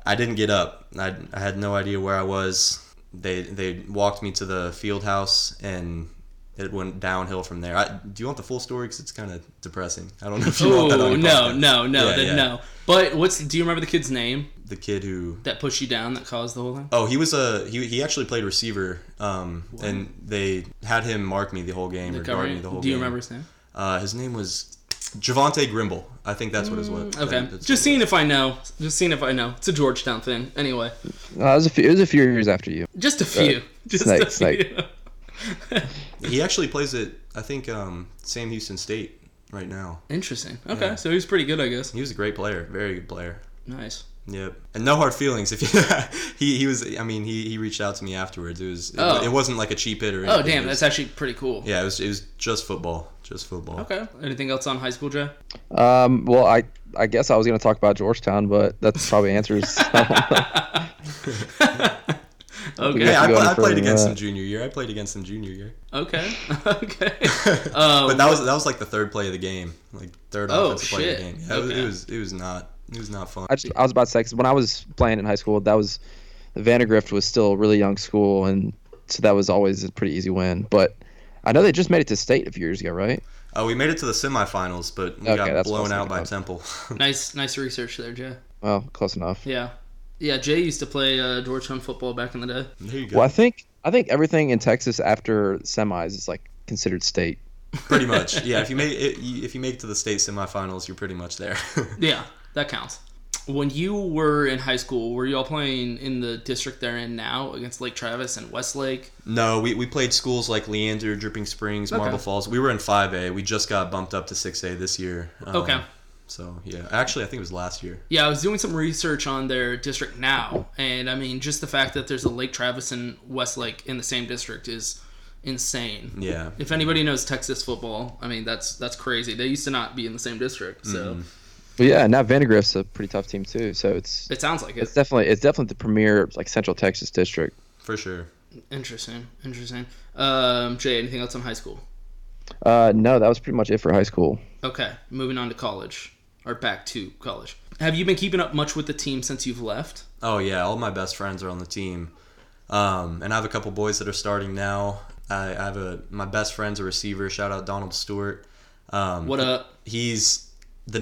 Speaker 4: I didn't get up. I, I had no idea where I was. They they walked me to the field house, and it went downhill from there. I, do you want the full story? Because it's kind of depressing. I don't know if you want that on
Speaker 1: Oh
Speaker 4: your
Speaker 1: no,
Speaker 4: podcast.
Speaker 1: no, no,
Speaker 4: Yeah,
Speaker 1: then
Speaker 4: yeah.
Speaker 1: no. But what's? Do you remember the kid's name
Speaker 4: The kid who
Speaker 1: that pushed you down that caused the whole thing?
Speaker 4: Oh, he was a he. He actually played receiver, um, and they had him mark me the whole game,
Speaker 1: They
Speaker 4: or
Speaker 1: cover
Speaker 4: guard
Speaker 1: you.
Speaker 4: me the whole
Speaker 1: Do you
Speaker 4: game.
Speaker 1: remember his name?
Speaker 4: Uh, his name was Javante Grimble. I think that's what his was.
Speaker 1: Mm, Okay,
Speaker 4: That- that's-
Speaker 1: just seeing if I know. Just seeing if I know. It's a Georgetown thing, anyway.
Speaker 2: uh, it was a few it was a few years after you
Speaker 1: Just a
Speaker 2: Uh,
Speaker 1: few. just
Speaker 2: snake,
Speaker 1: a
Speaker 2: snake.
Speaker 1: few.
Speaker 4: he actually plays at I think um, Sam Houston State right now.
Speaker 1: Interesting. Okay,
Speaker 4: Yeah.
Speaker 1: so he was pretty good, I guess.
Speaker 4: He was a great player, very good player.
Speaker 1: Nice.
Speaker 4: Yep, and no hard feelings. If you, he he was, I mean, he, he reached out to me afterwards. It was it,
Speaker 1: Oh.
Speaker 4: it wasn't like a cheap hit or
Speaker 1: Oh,
Speaker 4: anything.
Speaker 1: damn,
Speaker 4: It was-
Speaker 1: that's actually pretty cool.
Speaker 4: yeah. It was it was just football, just football.
Speaker 1: Okay. Anything else on high school, Joe?
Speaker 2: um well i i guess i was going to talk about georgetown but that's probably answers
Speaker 1: Okay.
Speaker 4: Yeah, I,
Speaker 2: Go
Speaker 4: pla-
Speaker 2: any
Speaker 4: I played
Speaker 2: further than
Speaker 4: against
Speaker 2: that.
Speaker 4: him junior year. I played against him junior year.
Speaker 1: Okay. okay. Um,
Speaker 4: but that was that was like the third play of the game, like third
Speaker 1: Oh,
Speaker 4: offensive play of the
Speaker 1: shit.
Speaker 4: game. Yeah, it was-
Speaker 1: Okay.
Speaker 4: It was it was not it was not fun.
Speaker 2: I just I was about to say 'cause when I was playing in high school, that was Vandergrift was still a really young school, and so that was always a pretty easy win. But I know they just made it to state a few years ago, right?
Speaker 4: Uh, we made it to the semifinals, but we
Speaker 2: Okay,
Speaker 4: got
Speaker 2: that's what I was
Speaker 4: blown out
Speaker 2: thinking
Speaker 4: by
Speaker 2: about.
Speaker 4: Temple.
Speaker 1: nice, nice research there, Joe.
Speaker 2: Well, close enough.
Speaker 1: Yeah. Yeah, Jay used to play uh, Georgetown football back in the day.
Speaker 4: There you
Speaker 2: Well, I think I think everything in Texas after semis is like considered state.
Speaker 4: pretty much, yeah. If you make it, you- if you make it to the state semifinals, you're pretty much there.
Speaker 1: Yeah, that counts. When you were in high school, were you all playing in the district they're in now against Lake Travis and Westlake?
Speaker 4: no, we, we played schools like Leander, Dripping Springs,
Speaker 1: Okay.
Speaker 4: Marble Falls. We were in 5A. We just got bumped up to 6A this year. Um,
Speaker 1: Okay.
Speaker 4: So yeah, actually, I think it was last year.
Speaker 1: Yeah, I was doing some research on their district now, and I mean, just the fact that there's a Lake Travis and Westlake in the same district is insane.
Speaker 4: Yeah.
Speaker 1: If anybody knows Texas football, I mean, that's that's crazy. They used to not be in the same district,
Speaker 2: Mm-hmm.
Speaker 1: so
Speaker 2: But yeah, now Vandergrift's a pretty tough team too. So it's
Speaker 1: it sounds like it.
Speaker 2: it's definitely it's definitely the premier like Central Texas district.
Speaker 4: For sure.
Speaker 1: Interesting, interesting. Um, Jay, anything else on high school?
Speaker 2: Uh, no, that was pretty much it for high school.
Speaker 1: Okay, moving on to college or back to college. Have you been keeping up much with the team since you've left?
Speaker 4: Oh yeah, all my best friends are on the team, um, and I have a couple boys that are starting now. I, I have a my best friend's a receiver. Shout out Donald Stewart. Um,
Speaker 1: what up?
Speaker 4: He's the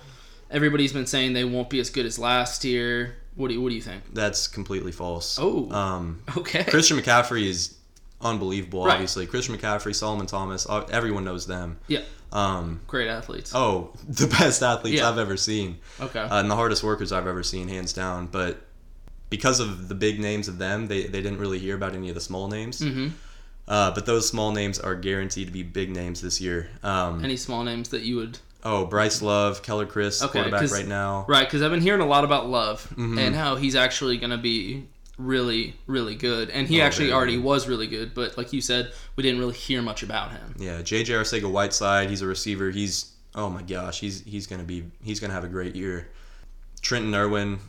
Speaker 1: everybody's been saying they won't be as good as last year. What do you, what do you think?
Speaker 2: That's completely false.
Speaker 1: Oh,
Speaker 2: um,
Speaker 1: okay.
Speaker 2: Christian McCaffrey is unbelievable.
Speaker 1: Right.
Speaker 2: Obviously, Christian McCaffrey, Solomon Thomas, uh, everyone knows them.
Speaker 1: Yeah.
Speaker 2: Um,
Speaker 1: Great athletes.
Speaker 2: Oh, the best athletes
Speaker 1: Yeah.
Speaker 2: I've ever seen.
Speaker 1: Okay.
Speaker 2: Uh, and the hardest workers I've ever seen, hands down. But because of the big names of them, they, they didn't really hear about any of the small names.
Speaker 1: Mhm.
Speaker 2: Uh, but those small names are guaranteed to be big names this year. Um,
Speaker 1: Any small names that you would
Speaker 2: Oh, Bryce Love, Keller Chris, quarterback
Speaker 1: 'cause-
Speaker 2: right now.
Speaker 1: Right, because I've been hearing a lot about Love
Speaker 2: Mhm.
Speaker 1: and how he's actually going to be really, really good. And he
Speaker 2: Oh,
Speaker 1: actually
Speaker 2: very
Speaker 1: already was really good, but like you said, we didn't really hear much about him.
Speaker 2: Yeah, JJ Arcega Whiteside, he's a receiver. He's oh my gosh, he's he's gonna be he's gonna have a great year. Trenton Irwin,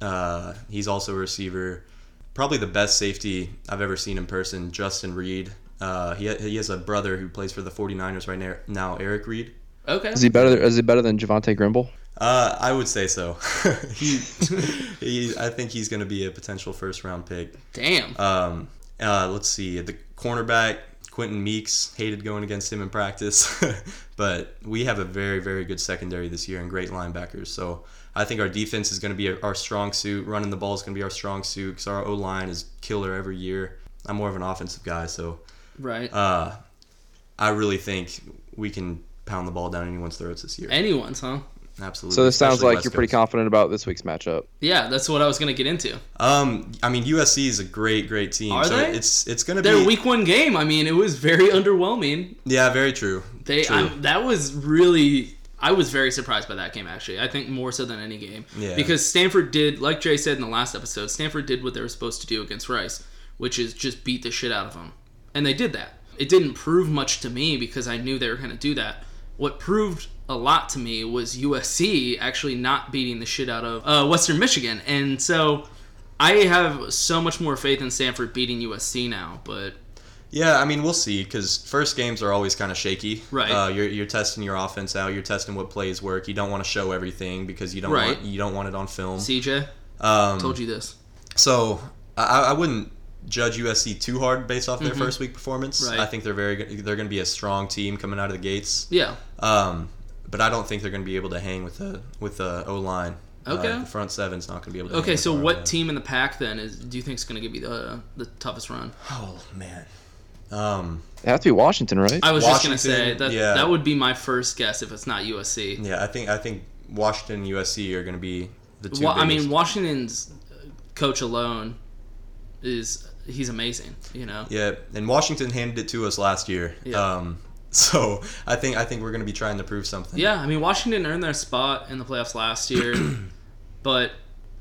Speaker 2: uh, he's also a receiver. Probably the best safety I've ever seen in person, Justin Reed. Uh, he, he has a brother who plays for the 49ers right now, now Eric Reed.
Speaker 1: Okay.
Speaker 5: Is he better? Is he better than Javante Grimble?
Speaker 2: Uh, I would say so. he, he, I think he's going to be a potential first round pick.
Speaker 1: Damn.
Speaker 2: Um, uh, let's see. The cornerback, Quentin Meeks, hated going against him in practice. but we have a very, very good secondary this year and great linebackers. So I think our defense is going to be our strong suit. Running the ball is going to be our strong suit because our O line is killer every year. I'm more of an offensive guy, so.
Speaker 1: Right.
Speaker 2: Uh, I really think we can pound the ball down anyone's throats this year.
Speaker 1: Anyone's, huh?
Speaker 2: Absolutely.
Speaker 5: So this sounds
Speaker 2: especially
Speaker 5: like
Speaker 2: West
Speaker 5: you're pretty
Speaker 2: Coast.
Speaker 5: confident about this week's matchup.
Speaker 1: Yeah, that's what I was going to get into.
Speaker 2: Um, I mean USC is a great, great team.
Speaker 1: Are
Speaker 2: so
Speaker 1: they?
Speaker 2: It's it's gonna
Speaker 1: Their
Speaker 2: be
Speaker 1: week one game, I mean, it was very underwhelming.
Speaker 2: Yeah, very true.
Speaker 1: They
Speaker 2: True.
Speaker 1: I, that was really I was very surprised by that game actually. I think more so than any game
Speaker 2: Yeah.
Speaker 1: because Stanford did like Jay said in the last episode. Stanford did what they were supposed to do against Rice, which is just beat the shit out of them, and they did that. It didn't prove much to me because I knew they were going to do that. What proved a lot to me was USC actually not beating the shit out of uh, Western Michigan, and so I have so much more faith in Stanford beating USC now. But
Speaker 2: Yeah, I mean we'll see because first games are always kind of shaky.
Speaker 1: Right.
Speaker 2: Uh, you're you're testing your offense out. You're testing what plays work. You don't want to show everything because you don't
Speaker 1: Right.
Speaker 2: want you don't want it on film.
Speaker 1: CJ,
Speaker 2: Um,
Speaker 1: told you this.
Speaker 2: So I, I- I wouldn't judge USC too hard based off their
Speaker 1: Mhm.
Speaker 2: first week performance.
Speaker 1: Right.
Speaker 2: I think they're very good- they're going to be a strong team coming out of the gates.
Speaker 1: Yeah.
Speaker 2: Um, but I don't think they're going to be able to hang with the with the O line.
Speaker 1: Okay.
Speaker 2: uh, the front seven's not going to be able to. hang
Speaker 1: Okay,
Speaker 2: with
Speaker 1: so
Speaker 2: our
Speaker 1: what team in the pack then is do you think is going to give you the the toughest run?
Speaker 2: Oh man, Um,
Speaker 5: it has to be Washington, right?
Speaker 1: I was just going to say
Speaker 2: Washington,
Speaker 1: that
Speaker 2: yeah.
Speaker 1: that would be my first guess if it's not USC.
Speaker 2: Yeah, I think I think Washington and USC are going to be the two.
Speaker 1: Wa- I
Speaker 2: biggest.
Speaker 1: mean, Washington's uh, coach alone is he's amazing. You know,
Speaker 2: yeah, and Washington handed it to us last year.
Speaker 1: Yeah.
Speaker 2: Um, so I think I think we're going to be trying to prove something.
Speaker 1: Yeah, I mean Washington earned their spot in the playoffs last year, but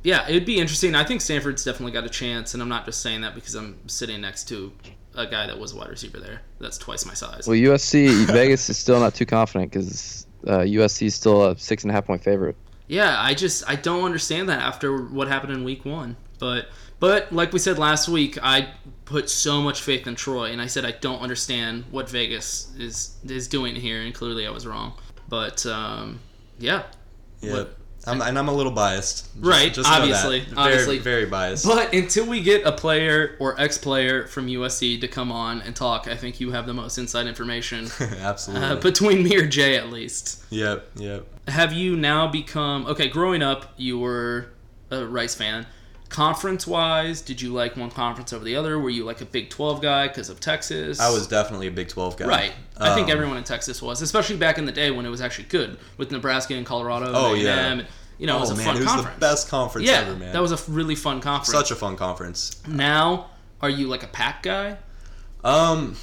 Speaker 1: yeah, it'd be interesting. I think Stanford's definitely got a chance, and I'm not just saying that because I'm sitting next to a guy that was a wide receiver there. That's twice my size.
Speaker 5: Well, USC Vegas is still not too confident because uh, USC is still a six and a half point favorite.
Speaker 1: Yeah, I just I don't understand that after what happened in week one. But but like we said last week, I put so much faith in Troy, and I said I don't understand what Vegas is is doing here, and clearly I was wrong. But um, yeah,
Speaker 2: Yeah.
Speaker 1: What-
Speaker 2: I'm, and I'm a little biased. Just-
Speaker 1: right,
Speaker 2: just know that.
Speaker 1: obviously,
Speaker 2: Very-
Speaker 1: obviously,
Speaker 2: very biased.
Speaker 1: But until we get a player or ex-player from USC to come on and talk, I think you have the most inside information.
Speaker 2: Absolutely.
Speaker 1: Uh, between me or Jay, at least.
Speaker 2: Yep. Yep.
Speaker 1: Have you now become okay? Growing up, you were a Rice fan. Conference wise, did you like one conference over the other? Were you like a Big Twelve guy because of Texas?
Speaker 2: I was definitely a Big 12 guy.
Speaker 1: right. I think
Speaker 2: Um,
Speaker 1: everyone in Texas was, especially back in the day when it was actually good with Nebraska and Colorado. and
Speaker 2: Oh
Speaker 1: A&M,
Speaker 2: yeah.
Speaker 1: and, you know, it was
Speaker 2: Oh,
Speaker 1: a
Speaker 2: man,
Speaker 1: fun
Speaker 2: it was
Speaker 1: conference.
Speaker 2: the best conference
Speaker 1: yeah,
Speaker 2: ever, man.
Speaker 1: that was a f- really fun conference.
Speaker 2: such a fun conference.
Speaker 1: now, are you like a Pac guy?
Speaker 2: Um,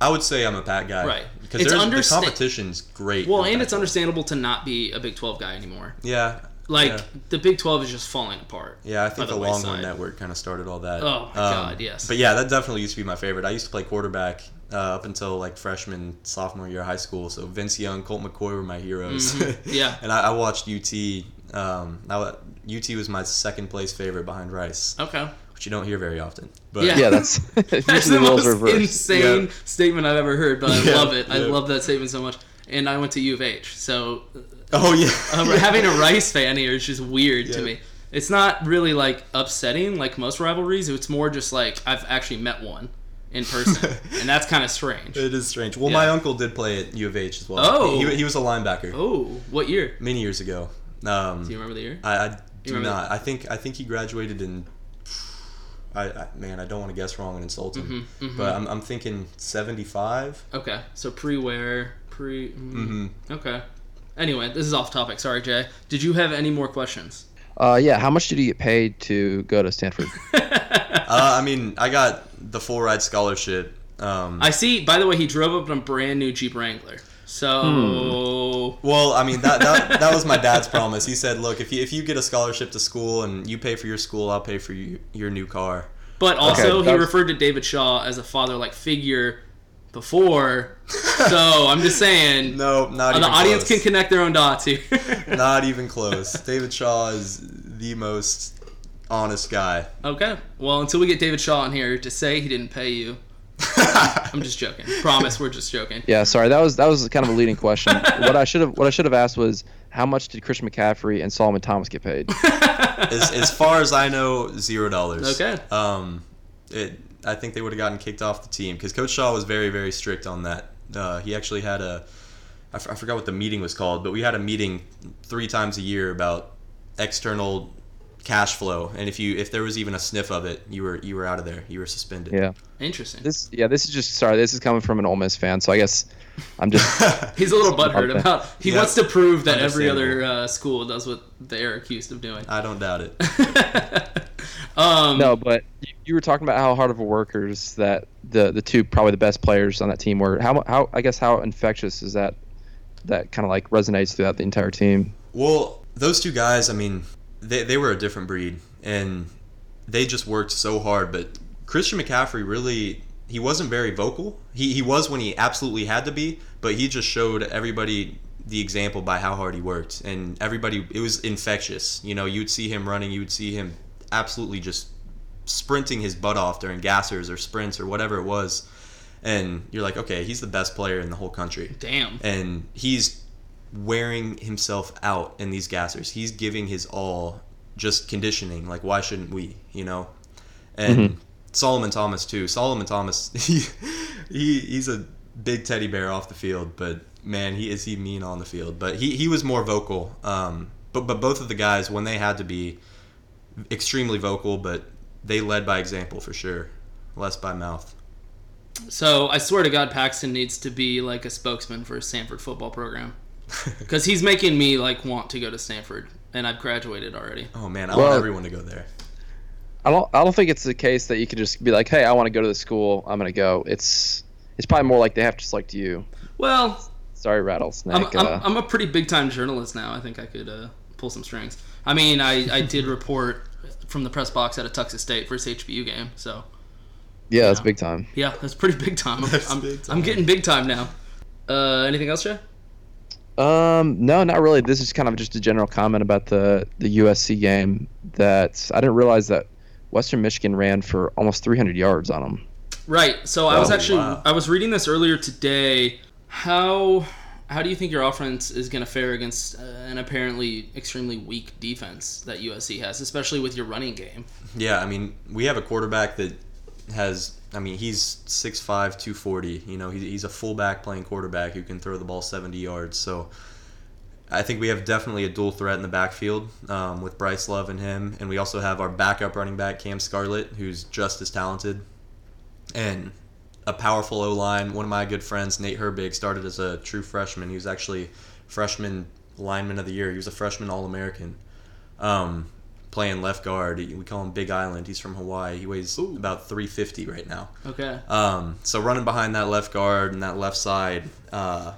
Speaker 2: I would say I'm a Pat guy.
Speaker 1: Right.
Speaker 2: Because
Speaker 1: It's
Speaker 2: there's
Speaker 1: understa-
Speaker 2: the competition's great.
Speaker 1: Well,
Speaker 2: in
Speaker 1: and
Speaker 2: Pac-
Speaker 1: it's understandable to not be a Big Twelve guy anymore.
Speaker 2: Yeah,
Speaker 6: Like
Speaker 1: Yeah.
Speaker 6: the Big Twelve is just falling apart.
Speaker 1: Yeah, I
Speaker 6: by
Speaker 1: think the, Longhorn
Speaker 6: wayside.
Speaker 1: Network kind of started all that.
Speaker 6: Oh, my God, yes.
Speaker 1: um, But yeah, that definitely used to be my favorite. I used to play quarterback uh, up until like freshman, sophomore year of high school. So Vince Young, Colt McCoy were my heroes.
Speaker 6: Mhm, yeah.
Speaker 1: and I, I watched UT. Um, I, wa- UT was my second place favorite behind Rice.
Speaker 6: Okay.
Speaker 1: Which you don't hear very often.
Speaker 6: Yeah. Yeah, that's- That's the most insane
Speaker 1: Yeah.
Speaker 6: statement I've ever heard, but I
Speaker 1: Yeah,
Speaker 6: love it. I
Speaker 1: yeah.
Speaker 6: love that statement so much. And I went to U of H, so
Speaker 1: Oh, yeah.
Speaker 6: uh,
Speaker 1: Yeah.
Speaker 6: having a Rice fan here is just weird to
Speaker 1: Yeah.
Speaker 6: me. It's not really like upsetting like most rivalries. It's more just like I've actually met one in person, and that's kind of strange.
Speaker 1: It is strange. Well,
Speaker 6: Yeah.
Speaker 1: my uncle did play at U of H as well.
Speaker 6: Oh.
Speaker 1: he, he was a linebacker.
Speaker 6: Oh, what year?
Speaker 1: Many years ago. Um,
Speaker 6: Do you remember the year?
Speaker 1: I, I
Speaker 6: you
Speaker 1: do
Speaker 6: remember
Speaker 1: not. I think I think he graduated in. I, I man, I don't want to guess wrong and insult him,
Speaker 6: Mhm, mhm.
Speaker 1: but I'm, I'm thinking 75.
Speaker 6: Okay, so pre-wear, pre.
Speaker 1: Mhm.
Speaker 6: mm Okay. Anyway, this is off topic. Sorry, Jay. Did you have any more questions?
Speaker 2: Uh, yeah. How much did he get paid to go to Stanford?
Speaker 1: uh, I mean, I got the full ride scholarship. Um,
Speaker 6: I see. By the way, he drove up in a brand new Jeep Wrangler. So
Speaker 1: Hmm. Well, I mean that, that that was my dad's promise. He said, "Look, if you if you get a scholarship to school and you pay for your school, I'll pay for you, your new car."
Speaker 6: But also, he
Speaker 1: referred.
Speaker 6: referred to David Shaw as a father-like figure before. so I'm just saying.
Speaker 1: No, not
Speaker 6: the
Speaker 1: even
Speaker 6: audience
Speaker 1: close.
Speaker 6: can connect their own dots here.
Speaker 1: Not even close. David Shaw is the most honest guy.
Speaker 6: okay. Well, until we get David Shaw on here to say he didn't pay you, I'm just joking. Promise, we're just joking.
Speaker 2: yeah. Sorry, that was that was kind of a leading question. what I should have what I should have asked was how much did Christian McCaffrey and Solomon Thomas get paid?
Speaker 1: As, as far as I know, zero dollars.
Speaker 6: Okay.
Speaker 1: Um, it. I think they would have gotten kicked off the team because Coach Shaw was very very strict on that. Uh, he actually had a. I f- I forgot what the meeting was called, but we had a meeting three times a year about external cash flow, and if you if there was even a sniff of it, you were you were out of there. You were suspended.
Speaker 2: Yeah.
Speaker 6: Interesting.
Speaker 2: This yeah, this is just sorry. This is coming from an Ole Miss fan, so I guess I'm just.
Speaker 6: He's a little butthurt about. He wants to prove that every
Speaker 2: Understandable.
Speaker 6: other uh, school does what they're accused of doing.
Speaker 1: I don't doubt it.
Speaker 6: Um,
Speaker 2: no, but you, you were talking about how hard of a workers that the the two probably the best players on that team were. How mu- how I guess how infectious is that? That kind of like resonates throughout the entire team.
Speaker 1: Well, those two guys, I mean, they, they were a different breed and they just worked so hard. But Christian McCaffrey really, he wasn't very vocal. He, he was when he absolutely had to be, but he just showed everybody the example by how hard he worked. And everybody, it was infectious. You know, you'd see him running, you'd see him absolutely just sprinting his butt off during gassers or sprints or whatever it was. And you're like, okay, he's the best player in the whole country.
Speaker 6: Damn.
Speaker 1: And he's wearing himself out in these gassers. He's giving his all just conditioning. Like, why shouldn't we, you know? And
Speaker 2: Mhm.
Speaker 1: Solomon Thomas, too. Solomon Thomas, he, he he's a big teddy bear off the field, but man, he is he mean on the field. But he, he was more vocal. Um, but, but both of the guys, when they had to be, extremely vocal, but they led by example for sure, less by mouth.
Speaker 6: So I swear to God, Paxton needs to be like a spokesman for Stanford football program, because he's making me like want to go to Stanford, and I've graduated already.
Speaker 1: Oh man, I
Speaker 2: Well-
Speaker 1: want everyone to go there.
Speaker 2: I don't I don't think it's the case that you could just be like, hey, I want to go to the school. I'm gonna go. It's it's probably more like they have to select you.
Speaker 6: Well,
Speaker 2: Sorry, rattlesnake.
Speaker 6: I'm,
Speaker 2: uh,
Speaker 6: I'm, I'm a pretty big time journalist now. I think I could uh, pull some strings. I mean, I, I did report from the press box at a Texas State versus HBU game. So
Speaker 2: yeah, that's big time.
Speaker 6: yeah, that's pretty big time. I'm, I'm, I'm getting big time now. Uh, anything else, Jay?
Speaker 2: Um, no, not really. This is kind of just a general comment about the the USC game that I didn't realize that Western Michigan ran for almost 300 yards on them.
Speaker 6: Right. So I was
Speaker 2: Oh,
Speaker 6: actually
Speaker 2: wow.
Speaker 6: I was reading this earlier today. How how do you think your offense is going to fare against uh, an apparently extremely weak defense that USC has, especially with your running game?
Speaker 1: Yeah, I mean, we have a quarterback that has, I mean, he's 6'5, 240. You know, he, he's a fullback playing quarterback who can throw the ball 70 yards. So I think we have definitely a dual threat in the backfield um, with Bryce Love and him. And we also have our backup running back, Cam Scarlett, who's just as talented. And a powerful O line. One of my good friends, Nate Herbig, started as a true freshman. He was actually freshman lineman of the year. He was a freshman All American. Um, playing left guard. We call him Big Island. He's from Hawaii. He weighs about 350 right now.
Speaker 6: Okay.
Speaker 1: Um, so running behind that left guard and that left side, uh,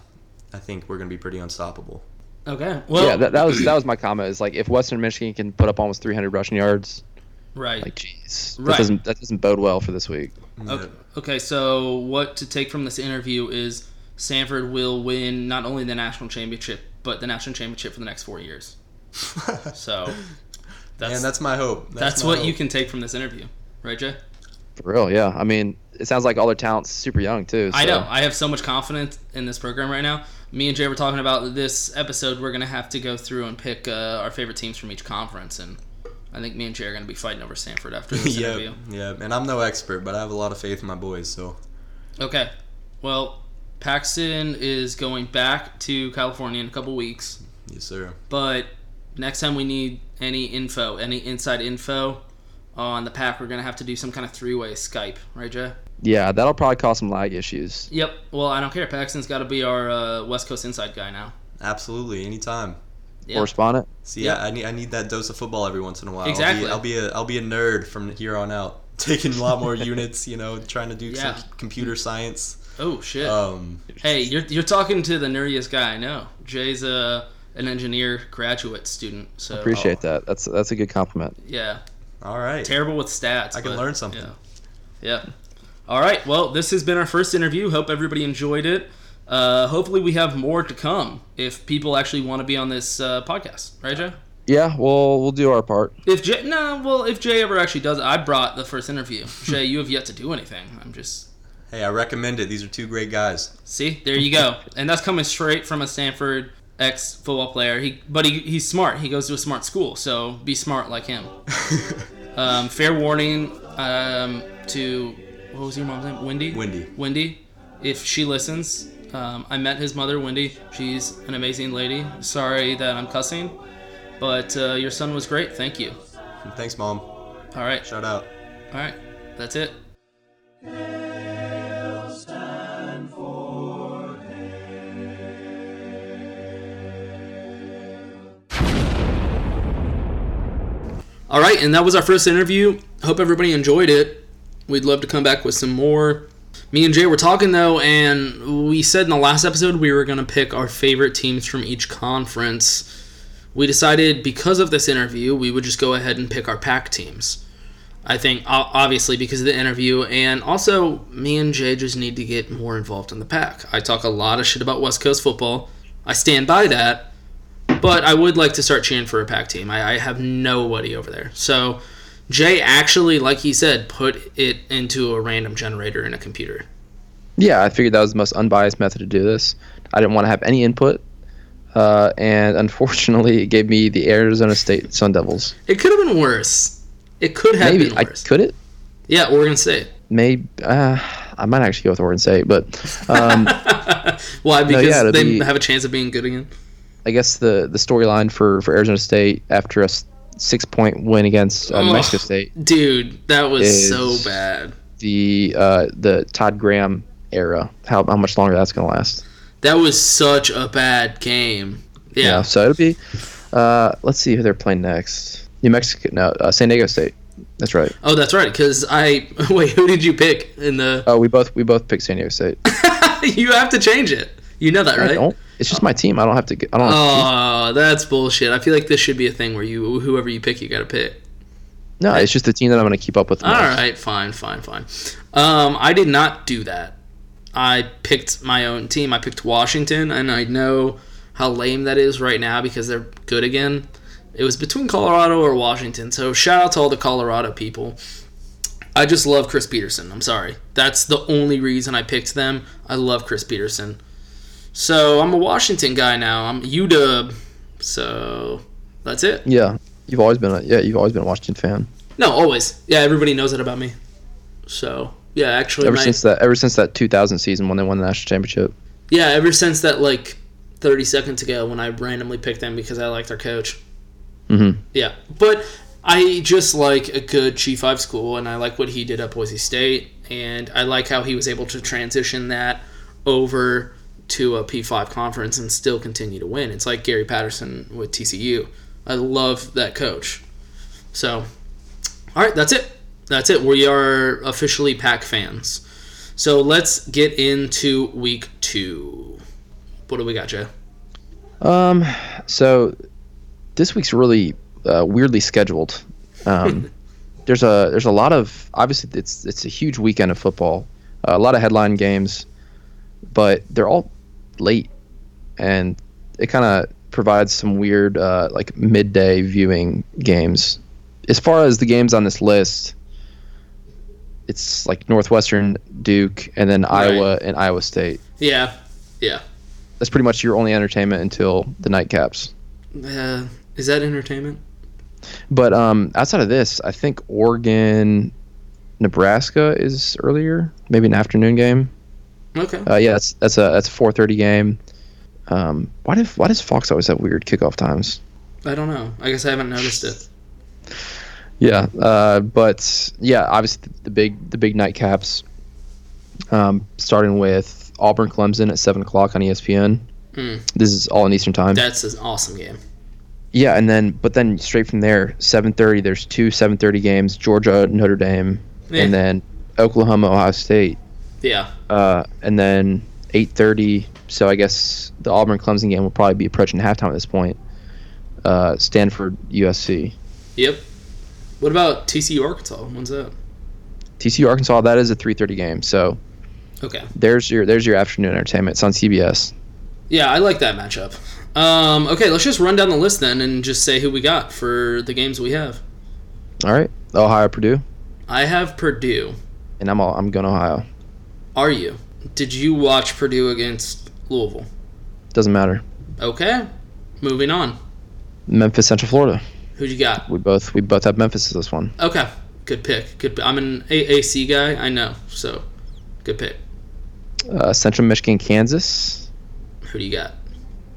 Speaker 1: I think we're going to be pretty unstoppable. Okay. Well,
Speaker 2: yeah, that, that was that was my comment. Is like if Western Michigan can put up almost 300 rushing yards,
Speaker 1: Right.
Speaker 2: Like, jeez,
Speaker 1: Right.
Speaker 2: that doesn't that doesn't bode well for this week.
Speaker 1: Okay. okay, so what to take from this interview is Sanford will win not only the national championship, but the national championship for the next four years. so, that's,
Speaker 4: Man, that's my hope.
Speaker 1: That's,
Speaker 4: That's my
Speaker 1: what
Speaker 4: hope.
Speaker 1: you can take from this interview, right, Jay?
Speaker 2: For real, yeah. I mean, it sounds like all their talent's super young too.
Speaker 1: I
Speaker 2: so-
Speaker 1: know. I have so much confidence in this program right now. Me and Jay were talking about this episode. We're gonna have to go through and pick uh, our favorite teams from each conference, and I think me and Jay are gonna be fighting over Sanford after this
Speaker 4: yeah,
Speaker 1: interview.
Speaker 4: yeah. And I'm no expert, but I have a lot of faith in my boys. So
Speaker 1: Okay. Well, Paxton is going back to California in a couple weeks.
Speaker 4: Yes, sir.
Speaker 1: But next time we need any info, any inside info on the pack, we're going to have to do some kind of three way Skype, right, Jay?
Speaker 2: Yeah, that'll probably cause some lag issues.
Speaker 1: Yep. Well, I don't care. Paxton's got to be our uh, West Coast inside guy now.
Speaker 4: absolutely, anytime.
Speaker 1: Yeah.
Speaker 2: Correspondent.
Speaker 4: See,
Speaker 1: Yeah.
Speaker 4: I, I need I need that dose of football every once in a while.
Speaker 1: Exactly.
Speaker 4: I'll be, I'll be a I'll be a nerd from here on out, taking a lot more units. You know, trying to do
Speaker 1: Yeah.
Speaker 4: some computer science.
Speaker 1: Oh, shit.
Speaker 4: Um,
Speaker 1: hey, you're, you're talking to the nerdiest guy I know. Jay's a, an engineer graduate student. So
Speaker 2: Appreciate that. That's that's a good compliment.
Speaker 1: Yeah.
Speaker 4: All right.
Speaker 1: Terrible with stats.
Speaker 4: I can
Speaker 1: but,
Speaker 4: learn something.
Speaker 1: Yeah. Yeah. All right. Well, this has been our first interview. Hope everybody enjoyed it. Uh, hopefully, we have more to come if people actually want to be on this uh, podcast, right, Jay?
Speaker 2: Yeah, we'll we'll do our part.
Speaker 1: If Jay, no, well, if Jay ever actually does, it, I brought the first interview. Jay, you have yet to do anything. I'm just
Speaker 4: Hey, I recommend it. These are two great guys.
Speaker 1: see there you go, and that's coming straight from a Stanford ex football player. He, but he, he's smart. He goes to a smart school, so be smart like him. um, fair warning um, to what was your mom's name? Wendy. Wendy. Wendy. If she listens, um, I met his mother, Wendy. She's an amazing lady. Sorry that I'm cussing, but uh, your son was great. Thank you.
Speaker 4: Thanks, mom.
Speaker 1: All right.
Speaker 4: Shout out.
Speaker 1: All right. That's it. All right, and that was our first interview. Hope everybody enjoyed it. We'd love to come back with some more. Me and Jay were talking though, and we said in the last episode we were going to pick our favorite teams from each conference. We decided because of this interview, we would just go ahead and pick our pack teams. I think o- obviously because of the interview, and also me and Jay just need to get more involved in the pack. I talk a lot of shit about West Coast football. I stand by that but I would like to start cheering for a pack team. I, I have nobody over there. So Jay actually, like he said, put it into a random generator in a computer.
Speaker 2: Yeah, I figured that was the most unbiased method to do this. I didn't want to have any input, uh, and unfortunately, it gave me the Arizona State Sun Devils.
Speaker 1: It could have been worse. It could have
Speaker 2: Maybe
Speaker 1: been
Speaker 2: I
Speaker 1: worse.
Speaker 2: could it.
Speaker 1: yeah, Oregon State.
Speaker 2: Maybe uh, I might actually go with Oregon State, but um,
Speaker 1: Why?
Speaker 2: No,
Speaker 1: Because
Speaker 2: yeah, it'd
Speaker 1: they
Speaker 2: be-
Speaker 1: have a chance of being good again.
Speaker 2: I guess the the storyline for for Arizona State after a six point win against uh, New
Speaker 1: Ugh,
Speaker 2: Mexico State
Speaker 1: Dude, that was so
Speaker 2: is
Speaker 1: bad.
Speaker 2: the uh, the Todd Graham era. How how much longer that's gonna last?
Speaker 1: That was such a bad game. Yeah.
Speaker 2: so it'll be. Uh, let's see who they're playing next. New Mexico, no, uh, San Diego State. That's right.
Speaker 1: Oh, that's right. Because I wait. Who did you pick in the?
Speaker 2: Oh, we both we both picked San Diego State.
Speaker 1: you have to change it. You know that,
Speaker 2: I
Speaker 1: right?
Speaker 2: don't. It's just my team. I don't have to. g- I don't. have
Speaker 1: Oh, that's bullshit. I feel like this should be a thing where you, whoever you pick, you gotta pick.
Speaker 2: to- no, it's just the team that I'm going to keep up with. the
Speaker 1: All
Speaker 2: most.
Speaker 1: right, fine, fine, fine. Um, I did not do that. I picked my own team. I picked Washington, and I know how lame that is right now because they're good again. It was between Colorado or Washington, so shout out to all the Colorado people. I just love Chris Peterson. I'm sorry. That's the only reason I picked them. I love Chris Peterson. So I'm a Washington guy now. I'm UW. So that's it.
Speaker 2: Yeah, you've always been a yeah. You've always been a Washington fan
Speaker 1: No, always. Yeah, everybody knows that about me. So yeah, actually,
Speaker 2: ever
Speaker 1: my-
Speaker 2: since that ever since that 2000 season when they won the national championship.
Speaker 1: yeah, ever since that like thirty seconds ago when I randomly picked them because I like their coach.
Speaker 2: Mm-hmm.
Speaker 1: Yeah, but I just like a good G5 school, and I like what he did at Boise State, and I like how he was able to transition that over to a P5 conference and still continue to win. It's like Gary Patterson with TCU. I love that coach. So, all right, that's it. That's it. We are officially Pack fans. So let's get into week two. What do we got, Joe?
Speaker 2: Um, So this week's really uh, weirdly scheduled. Um, there's a there's a lot of obviously it's it's a huge weekend of football, uh, a lot of headline games, but they're all late, and it kind of provides some weird uh, like midday viewing games. As far as the games on this list, it's like Northwestern, Duke, and then Iowa and Iowa State.
Speaker 1: Yeah, yeah.
Speaker 2: That's pretty much your only entertainment until the nightcaps.
Speaker 1: Uh, is that entertainment?
Speaker 2: But um, outside of this, I think Oregon, Nebraska is earlier, maybe an afternoon game.
Speaker 1: Okay.
Speaker 2: Uh, yeah, that's that's a that's a four thirty game. Um, why did why does Fox always have weird kickoff times?
Speaker 1: I don't know. I guess I haven't noticed it.
Speaker 2: Yeah, uh, but yeah, obviously the big the big nightcaps, um, starting with Auburn Clemson at seven o'clock on E ESPN.
Speaker 1: Mm.
Speaker 2: This is all in Eastern time.
Speaker 1: That's an awesome game.
Speaker 2: Yeah, and then but then straight from there, seven thirty. There's two seven thirty games: Georgia, Notre Dame,
Speaker 1: Yeah.
Speaker 2: and then Oklahoma, Ohio State,
Speaker 1: Yeah.
Speaker 2: uh, and then eight thirty. So I guess the Auburn Clemson game will probably be approaching halftime at this point. Uh, Stanford, USC,
Speaker 1: Yep. What about TCU Arkansas? When's that?
Speaker 2: TCU, Arkansas. That is a three thirty game. So
Speaker 1: Okay.
Speaker 2: there's your there's your afternoon entertainment. It's on CBS.
Speaker 1: Yeah, I like that matchup. Um, okay, let's just run down the list then and just say who we got for the games we have.
Speaker 2: All right, Ohio, Purdue,
Speaker 1: I have Purdue.
Speaker 2: and I'm all, I'm going Ohio.
Speaker 1: Are you? Did you watch Purdue against Louisville?
Speaker 2: Doesn't matter.
Speaker 1: Okay. Moving on.
Speaker 2: Memphis, Central Florida.
Speaker 1: Who'd you got?
Speaker 2: We both we both have Memphis as this one.
Speaker 1: Okay. Good pick. Good. p- I'm an AAC guy. I know. So, good pick.
Speaker 2: Uh, Central Michigan, Kansas.
Speaker 1: Who do you got?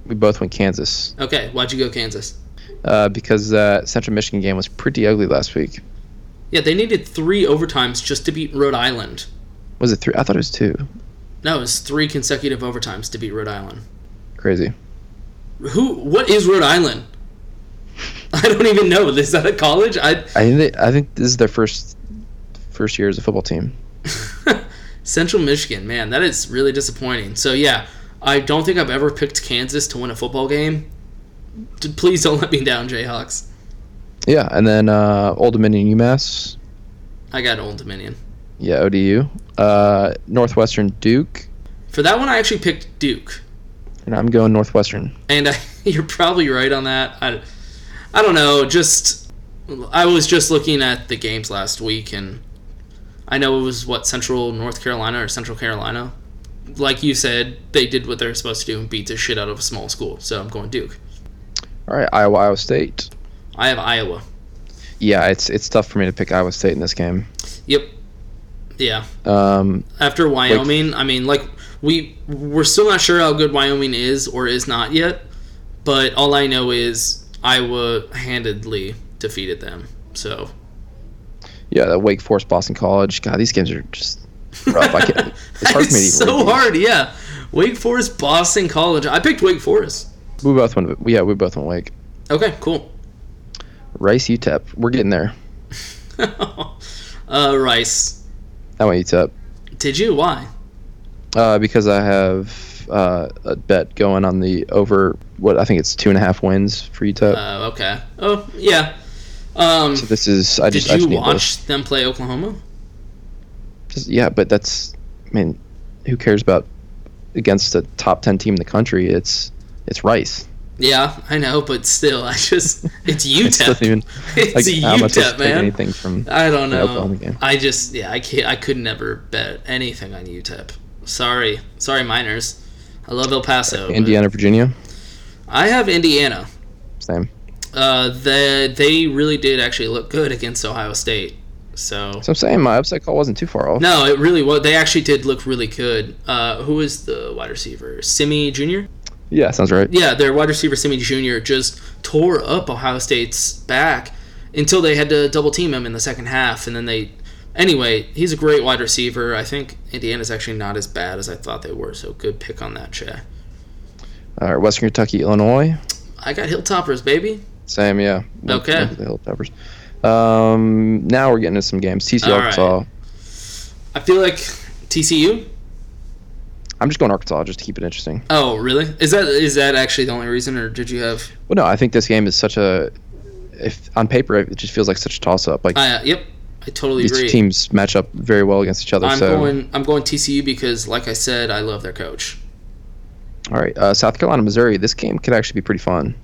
Speaker 2: We both went Kansas
Speaker 1: Okay. Why'd you go Kansas?
Speaker 2: uh, because uh, Central Michigan game was pretty ugly last week.
Speaker 1: Yeah, they needed three overtimes just to beat Rhode Island.
Speaker 2: Was it three? I thought it was two.
Speaker 1: No, it's three consecutive overtimes to beat Rhode Island.
Speaker 2: Crazy.
Speaker 1: Who? What is Rhode Island? I don't even know. Is that a college? I
Speaker 2: I think they, I think this is their first first year as a football team.
Speaker 1: Central Michigan, man, that is really disappointing. So yeah, I don't think I've ever picked Kansas to win a football game. D- Please don't let me down, Jayhawks.
Speaker 2: Yeah, and then uh, Old Dominion, UMass.
Speaker 1: I got Old Dominion.
Speaker 2: Yeah, ODU. Uh, Northwestern, Duke,
Speaker 1: For that one, I actually picked Duke,
Speaker 2: and I'm going Northwestern.
Speaker 1: and I, you're probably right on that. I, I don't know. Just I was just looking at the games last week, and I know it was what Central North Carolina or Central Carolina. Like you said, they did what they're supposed to do and beat the shit out of a small school. So I'm going Duke.
Speaker 2: All right, Iowa, Iowa State.
Speaker 1: I have Iowa.
Speaker 2: Yeah, it's it's tough for me to pick Iowa State in this game.
Speaker 1: Yep. Yeah.
Speaker 2: Um,
Speaker 1: after Wyoming, I mean, like we we're still not sure how good Wyoming is or is not yet, but all I know is Iowa handedly defeated them. So
Speaker 2: yeah, that Wake Forest, Boston College. God, these games are just rough. I can't. It's hard for me to
Speaker 1: it's
Speaker 2: even
Speaker 1: so
Speaker 2: read these.
Speaker 1: hard, yeah. Wake Forest, Boston College. I picked Wake Forest.
Speaker 2: We both went. Yeah, we both went Wake.
Speaker 1: Okay, cool.
Speaker 2: Rice UTEP. We're getting there.
Speaker 1: Uh, Rice,
Speaker 2: I went E UTEP
Speaker 1: did you? Why?
Speaker 2: uh, because I have uh, a bet going on the over. What I think it's two and a half wins for UTEP.
Speaker 1: Uh, okay. Oh, yeah. Um,
Speaker 2: so this is. I just. I
Speaker 1: did you
Speaker 2: just need
Speaker 1: watch them play Oklahoma?
Speaker 2: both. Just- yeah, but that's. I mean, who cares about against the top ten team in the country? It's it's Rice.
Speaker 1: Yeah, I know, but still, I just it's
Speaker 2: It doesn't
Speaker 1: UTEP.
Speaker 2: even-
Speaker 1: It's a
Speaker 2: how am I supposed
Speaker 1: UTEP,
Speaker 2: to take
Speaker 1: man.
Speaker 2: Anything from
Speaker 1: I don't
Speaker 2: the
Speaker 1: know.
Speaker 2: Oklahoma game?
Speaker 1: I just yeah, I can't. I could never bet anything on UTEP. Sorry, sorry, Miners. I love El Paso. but-
Speaker 2: Indiana, Virginia,
Speaker 1: I have Indiana.
Speaker 2: same.
Speaker 1: Uh, that they really did actually look good against Ohio State. So
Speaker 2: So I'm saying my upset call wasn't too far off.
Speaker 1: no, it really was. They actually did look really good. Uh, who is the wide receiver? Simi Jr.
Speaker 2: Yeah, sounds right.
Speaker 1: Yeah, their wide receiver Simi Jr. just tore up Ohio State's back until they had to double team him in the second half, and then they. Anyway, he's a great wide receiver. I think Indiana's actually not as bad as I thought they were, so good pick on that, Chad.
Speaker 2: All right, Western Kentucky, Illinois.
Speaker 1: I got Hilltoppers, baby.
Speaker 2: Same, yeah. Went-
Speaker 1: Okay.
Speaker 2: went to The Hilltoppers. Um, now we're getting into some games. TC
Speaker 1: All right.
Speaker 2: Arkansas.
Speaker 1: I feel like TCU.
Speaker 2: I'm just going Arkansas just to keep it interesting.
Speaker 1: Oh, really? Is that is that actually the only reason, or did you have?
Speaker 2: Well, no, I think this game is such a. If on paper it just feels like such a toss up. Like
Speaker 1: I, uh, yep, I totally
Speaker 2: these
Speaker 1: agree.
Speaker 2: teams match up very well against each other.
Speaker 1: I'm
Speaker 2: so
Speaker 1: going. I'm going TCU because, like I said, I love their coach.
Speaker 2: all right, uh, South Carolina, Missouri. This game could actually be pretty fun.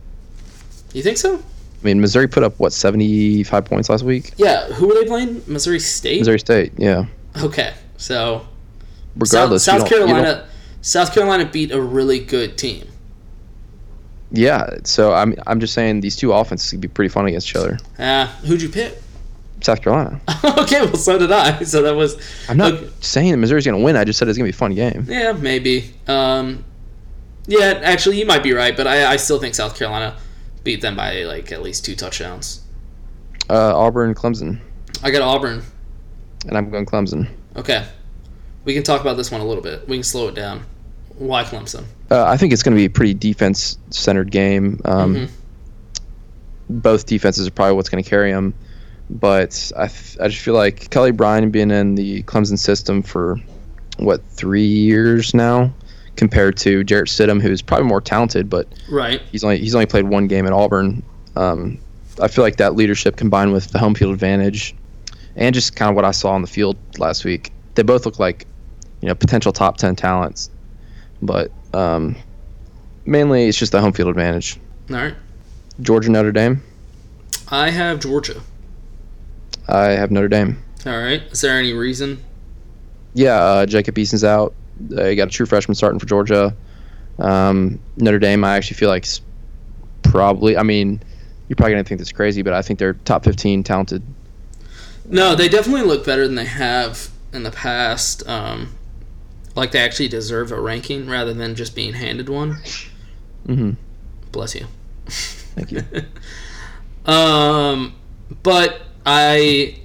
Speaker 1: You think so?
Speaker 2: I mean, Missouri put up what 75 points last week.
Speaker 1: Yeah. Who were they playing? Missouri State.
Speaker 2: Missouri State, yeah.
Speaker 1: Okay, so
Speaker 2: Regardless, you
Speaker 1: South, South
Speaker 2: don't- you don't-
Speaker 1: Carolina, South Carolina beat a really good team.
Speaker 2: Yeah, so I'm I'm just saying these two offenses could be pretty fun against each other.
Speaker 1: Uh, who'd you pick?
Speaker 2: South Carolina.
Speaker 1: okay, well, so did I. So that was
Speaker 2: I'm not saying Missouri's gonna win. I just said it's gonna be a fun game.
Speaker 1: yeah, maybe. Um, yeah, actually, you might be right, but I, I still think South Carolina beat them by like at least two touchdowns.
Speaker 2: Uh, Auburn, Clemson,
Speaker 1: I got Auburn.
Speaker 2: and I'm going Clemson.
Speaker 1: Okay, we can talk about this one a little bit. We can slow it down. Why Clemson?
Speaker 2: Uh, I think it's going to be a pretty defense centered game. Um,
Speaker 1: Mhm.
Speaker 2: Both defenses are probably what's going to carry them. But I, th- I just feel like Kelly Bryan being in the Clemson system for, what, three years now, compared to Jarrett Stidham, who's probably more talented, but
Speaker 1: Right.
Speaker 2: he's only he's only played one game at Auburn. Um, I feel like that leadership combined with the home field advantage, and just kind of what I saw on the field last week, they both look like, you know, potential top ten talents. But um, mainly, it's just the home field advantage.
Speaker 1: All right.
Speaker 2: Georgia Notre Dame.
Speaker 1: I have Georgia.
Speaker 2: I have Notre Dame.
Speaker 1: All right. Is there any reason?
Speaker 2: Yeah, uh, Jacob Eason's out. They got a true freshman starting for Georgia. Um, Notre Dame, I actually feel like s- probably. I mean, you're probably gonna think this is crazy, but I think they're top 15 talented
Speaker 1: No, they definitely look better than they have in the past. Um, like they actually deserve a ranking rather than just being handed one.
Speaker 2: Mm-hmm.
Speaker 1: Bless you.
Speaker 2: Thank you.
Speaker 1: Um, but I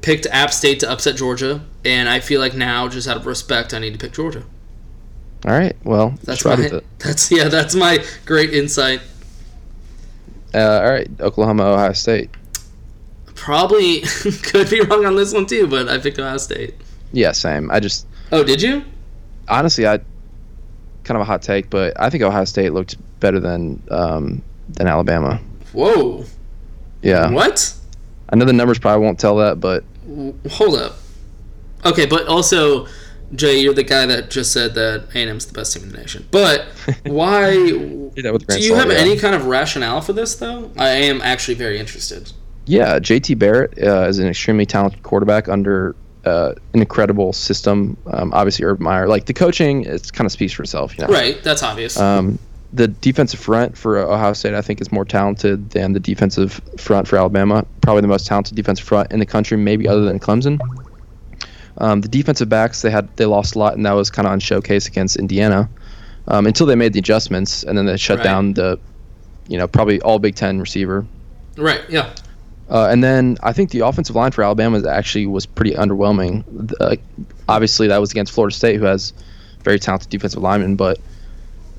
Speaker 1: picked App State to upset Georgia, and I feel like now, just out of respect, I need to pick Georgia.
Speaker 2: All right. Well,
Speaker 1: That's
Speaker 2: that's right.
Speaker 1: my. That's yeah. That's my great insight.
Speaker 2: Uh, all right. Oklahoma, Ohio State.
Speaker 1: Probably could be wrong on this one too, but I picked Ohio State.
Speaker 2: Yeah, same. I just
Speaker 1: Oh, did you?
Speaker 2: honestly, I kind of a hot take, but I think Ohio State looked better than um, than Alabama.
Speaker 1: Whoa.
Speaker 2: Yeah.
Speaker 1: What?
Speaker 2: I know the numbers probably won't tell that, but
Speaker 1: W- Hold up. Okay, but also, Jay, you're the guy that just said that A&M's the best team in the nation. But why? do
Speaker 2: that with
Speaker 1: you have any kind of rationale for this though? I am actually very interested.
Speaker 2: Yeah, JT Barrett uh, is an extremely talented quarterback under uh, an incredible system. Um, obviously, Urban Meyer. Like the coaching, it kind of speaks for itself. You know?
Speaker 1: Right, that's obvious.
Speaker 2: Um, the defensive front for Ohio State, I think, is more talented than the defensive front for Alabama. Probably the most talented defensive front in the country, maybe other than Clemson. Um, the defensive backs they had they lost a lot, and that was kind of on showcase against Indiana um, until they made the adjustments, and then they shut
Speaker 1: Right.
Speaker 2: down the, you know, probably all Big Ten receiver.
Speaker 1: right, yeah.
Speaker 2: Uh, and then I think the offensive line for Alabama is actually was pretty underwhelming. Uh, obviously, that was against Florida State, who has very talented defensive linemen. But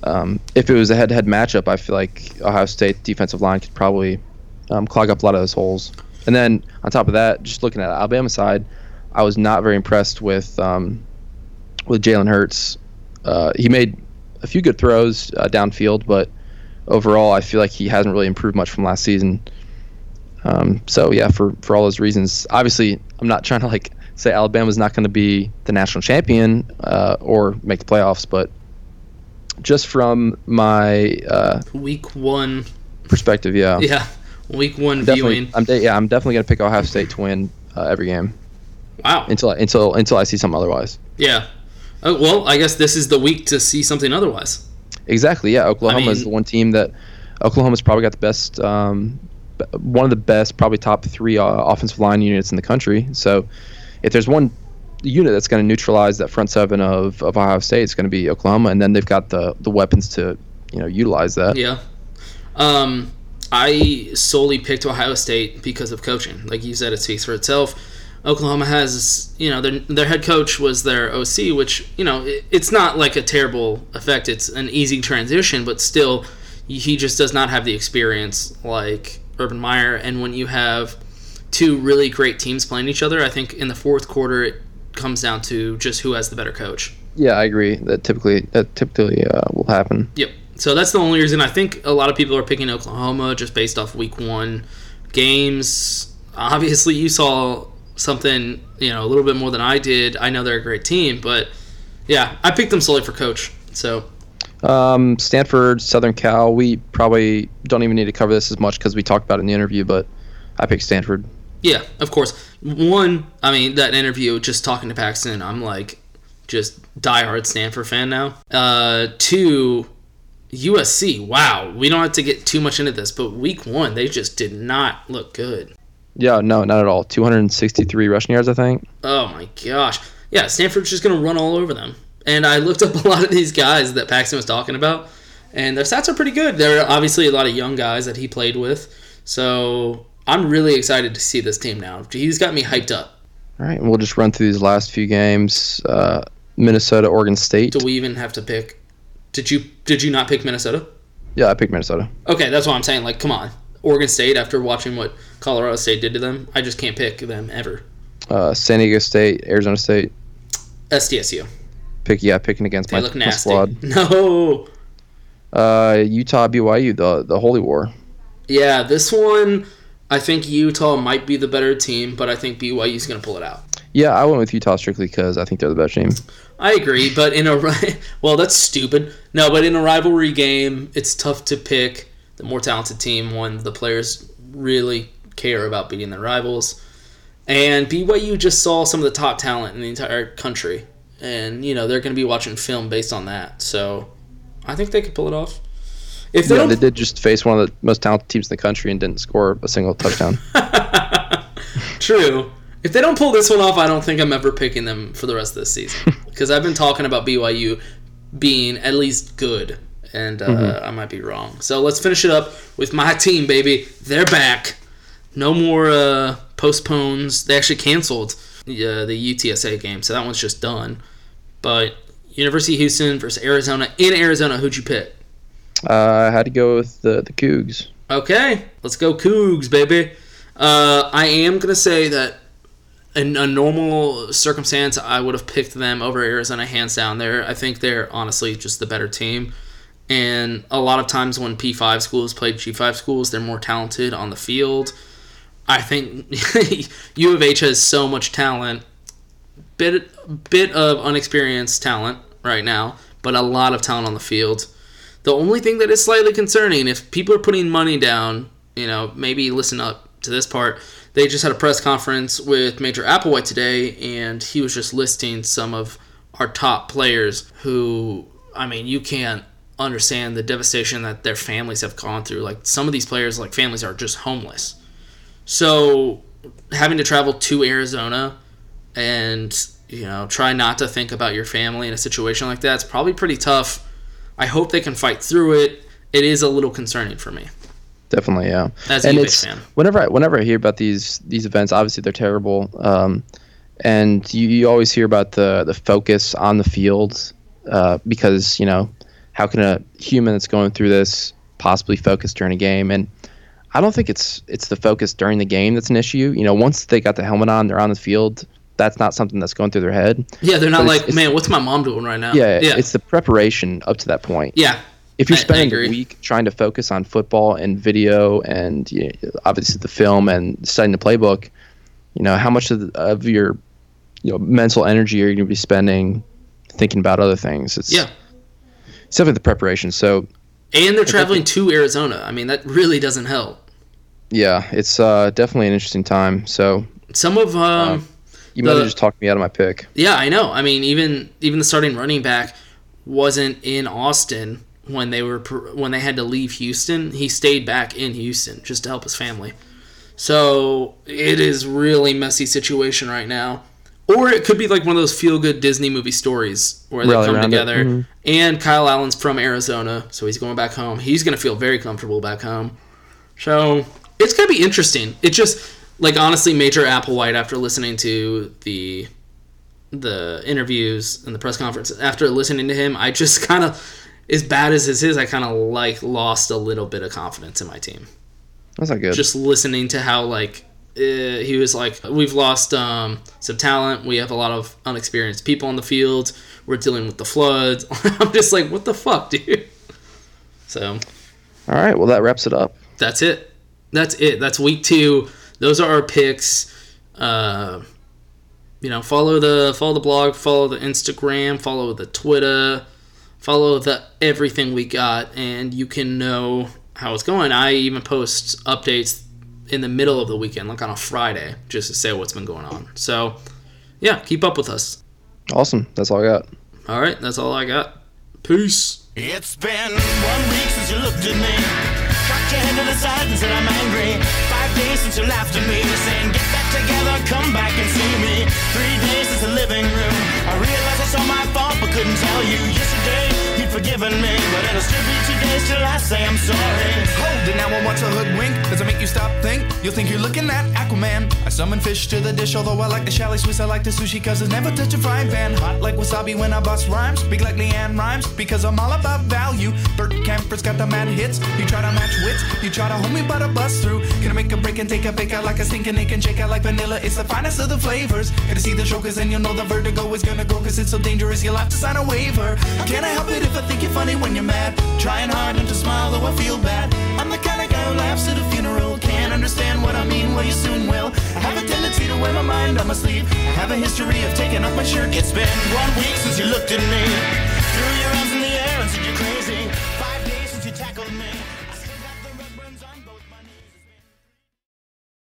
Speaker 2: um, if it was a head-to-head matchup, I feel like Ohio State defensive line could probably um, clog up a lot of those holes. And then on top of that, just looking at Alabama side, I was not very impressed with um, with Jalen Hurts. Uh, he made a few good throws uh, downfield, but overall, I feel like he hasn't really improved much from last season. Um, so yeah, for for all those reasons, obviously I'm not trying to like say Alabama's not going to be the national champion uh, or make the playoffs, but just from my uh,
Speaker 1: Week one.
Speaker 2: perspective, yeah,
Speaker 1: Yeah, week one
Speaker 2: definitely,
Speaker 1: viewing.
Speaker 2: I'm de- yeah, I'm definitely going to pick Ohio State to win uh, every game.
Speaker 1: Wow.
Speaker 2: Until I- until until I see something otherwise.
Speaker 1: Yeah. Oh, well, I guess this is the week to see something otherwise.
Speaker 2: Exactly. Yeah, Oklahoma is the one team that Oklahoma's probably got the best, um, b- one of the best, probably top three uh, offensive line units in the country. So, if there's one unit that's going to neutralize that front seven of, of Ohio State, it's going to be Oklahoma, and then they've got the the weapons to you know utilize that.
Speaker 1: Yeah. Um, I solely picked Ohio State because of coaching. Like you said, it speaks for itself. Oklahoma has, you know, their, their head coach was their OC, which, you know, it, it's not like a terrible effect. It's an easy transition, but still, he just does not have the experience like Urban Meyer. And when you have two really great teams playing each other, I think in the fourth quarter, it comes down to just who has the better coach.
Speaker 2: Yeah, I agree. That typically that typically uh, will happen.
Speaker 1: Yep. So that's the only reason I think a lot of people are picking Oklahoma just based off week one games. Obviously, you saw something, you know, a little bit more than I did. I know they're a great team, but yeah, I picked them solely for coach. So
Speaker 2: Um, Stanford, Southern Cal. We probably don't even need to cover this as much because we talked about it in the interview. But I picked Stanford.
Speaker 1: yeah, of course. One, I mean, that interview, just talking to Paxton, I'm like, just diehard Stanford fan now. Uh, two, USC. Wow, we don't have to get too much into this, but week one, they just did not look good.
Speaker 2: Yeah, no, not at all. 263 rushing yards, I think.
Speaker 1: Oh my gosh. Yeah, Stanford's just going to run all over them. And I looked up a lot of these guys that Paxton was talking about, and their stats are pretty good. There are obviously a lot of young guys that he played with. So I'm really excited to see this team now. He's got me hyped up.
Speaker 2: All right, and we'll just run through these last few games. Uh, Minnesota, Oregon State.
Speaker 1: Do we even have to pick? Did you did you not pick Minnesota?
Speaker 2: Yeah, I picked Minnesota.
Speaker 1: Okay, that's what I'm saying. Like, come on. Oregon State after watching what Colorado State did to them, I just can't pick them ever.
Speaker 2: Uh, San Diego State, Arizona State.
Speaker 1: SDSU.
Speaker 2: Pick yeah, picking against
Speaker 1: They
Speaker 2: my,
Speaker 1: look
Speaker 2: my
Speaker 1: nasty.
Speaker 2: squad.
Speaker 1: No.
Speaker 2: Uh, Utah, BYU, the the Holy War.
Speaker 1: Yeah, this one, I think Utah might be the better team, but I think BYU's going to pull it out.
Speaker 2: Yeah, I went with Utah strictly because I think they're the best team.
Speaker 1: I agree, but in a ri- well, that's stupid. No, but in a rivalry game, it's tough to pick the more talented team when the players really care about beating their rivals. And BYU just saw some of the top talent in the entire country, and you know they're going to be watching film based on that. So, I think they could pull it off. If they
Speaker 2: yeah,
Speaker 1: don't
Speaker 2: they did just face one of the most talented teams in the country and didn't score a single touchdown.
Speaker 1: True. If they don't pull this one off, I don't think I'm ever picking them for the rest of this season because I've been talking about BYU being at least good, and uh,
Speaker 2: Mhm.
Speaker 1: I might be wrong. So let's finish it up with my team, baby. They're back. No more uh, postpones. They actually canceled the, uh, the UTSA game, so that one's just done. But University of Houston versus Arizona in Arizona. Who'd you pick?
Speaker 2: uh, I had to go with the the Cougs.
Speaker 1: Okay, let's go Cougs, baby. Uh, I am gonna say that in a normal circumstance, I would have picked them over Arizona hands down. There, I think they're honestly just the better team. And a lot of times when P five schools play G five schools, they're more talented on the field. I think U of H has so much talent, bit bit of unexperienced talent right now, but a lot of talent on the field. The only thing that is slightly concerning, if people are putting money down, you know, maybe listen up to this part. They just had a press conference with Major Applewhite today, and he was just listing some of our top players who, I mean, you can't understand the devastation that their families have gone through. Like, some of these players, like, families are just homeless. So, having to travel to Arizona and, you know, try not to think about your family in a situation like that, it's probably pretty tough I hope they can fight through it. It is a little concerning for me.
Speaker 2: Definitely, yeah.
Speaker 1: As a
Speaker 2: and
Speaker 1: UVA
Speaker 2: it's
Speaker 1: fan.
Speaker 2: whenever I whenever I hear about these these events, obviously they're terrible. Um, and you, you always hear about the the focus on the field uh, because you know how can a human that's going through this possibly focus during a game? And I don't think it's it's the focus during the game that's an issue. You know, once they got the helmet on, they're on the field. That's not something that's going through their head.
Speaker 1: Yeah, they're not
Speaker 2: But it's-
Speaker 1: like, man, what's my mom doing right now?
Speaker 2: yeah,
Speaker 1: Uh, yeah,
Speaker 2: it's the preparation up to that point.
Speaker 1: yeah.
Speaker 2: If you're
Speaker 1: I- I
Speaker 2: spending
Speaker 1: agree.
Speaker 2: a week trying to focus on football and video and you know, obviously the film and studying the playbook, you know how much of, the, of your you know mental energy are you going to be spending thinking about other things? It's
Speaker 1: Yeah.
Speaker 2: it's definitely the preparation. So
Speaker 1: And they're traveling to Arizona. I mean, that really doesn't help.
Speaker 2: yeah, it's uh, definitely an interesting time. So
Speaker 1: Some of um,
Speaker 2: you might
Speaker 1: the-
Speaker 2: have just talked me out of my pick.
Speaker 1: Yeah, I know. I mean, even even the starting running back wasn't in Austin when they were pr- when they had to leave Houston. He stayed back in Houston just to help his family. So it is really messy situation right now. Or it could be like one of those feel good Disney movie stories where they
Speaker 2: Rally
Speaker 1: come
Speaker 2: around it.
Speaker 1: together.
Speaker 2: Mhm.
Speaker 1: And Kyle Allen's from Arizona, so he's going back home. He's going to feel very comfortable back home. So it's going to be interesting. It just like honestly, Major Applewhite after listening to the the interviews and the press conference after listening to him i just kind of as bad as this is i kind of like lost a little bit of confidence in my team
Speaker 2: That's not good.
Speaker 1: just listening to how like uh, he was like, "We've lost um, some talent. We have a lot of unexperienced people on the field. We're dealing with the floods." I'm just like, "What the fuck, dude?" So
Speaker 2: All right. Well, that wraps it up.
Speaker 1: that's it. That's it. That's week two. Those are our picks. Uh, you know, follow the follow the blog, follow the Instagram, follow the Twitter, follow the everything we got, and you can know how it's going. I even post updates in the middle of the weekend, like on a Friday, just to say what's been going on. So, yeah, keep up with us.
Speaker 2: Awesome. That's all I got.
Speaker 1: All right, that's all I got. Peace.
Speaker 7: It's been one week since you looked at me. Cocked your head to the side and said I'm angry. Five days since you laughed at me, saying get back together, come back and see me. Three days since the living room. I realized it's all my fault, but couldn't tell you. Yesterday you'd forgiven me, but it'll still be two days till I say I'm sorry.
Speaker 8: Hold it now, I want to hoodwink. Does it make you stop, think? You'll think you're looking at Aquaman. I summon fish to the dish, although I like the chalet Swiss, I like the sushi, cause it's never touch a frying pan. Hot like wasabi when I bust rhymes. Big like Leanne rhymes, because I'm all about value. Bert Camper's got the mad hits. You try to match wits, you try to hold me, but I bust through. Gonna make a break and take a pick out like a stinking and shake out like vanilla. It's the finest of the flavors. Gonna see the show, cause then you'll know the vertigo is gonna go, cause it's so dangerous, you'll have to sign a waiver. Can I help it if I think you're funny when you're mad? Trying hard not to smile, though I feel bad. I'm the kind of guy who laughs at a funeral. Can't understand what I mean, well, you soon will. I have a tendency to wear my mind on my sleeve. I have a history of taking off my shirt.
Speaker 7: It's been one week since you looked at me.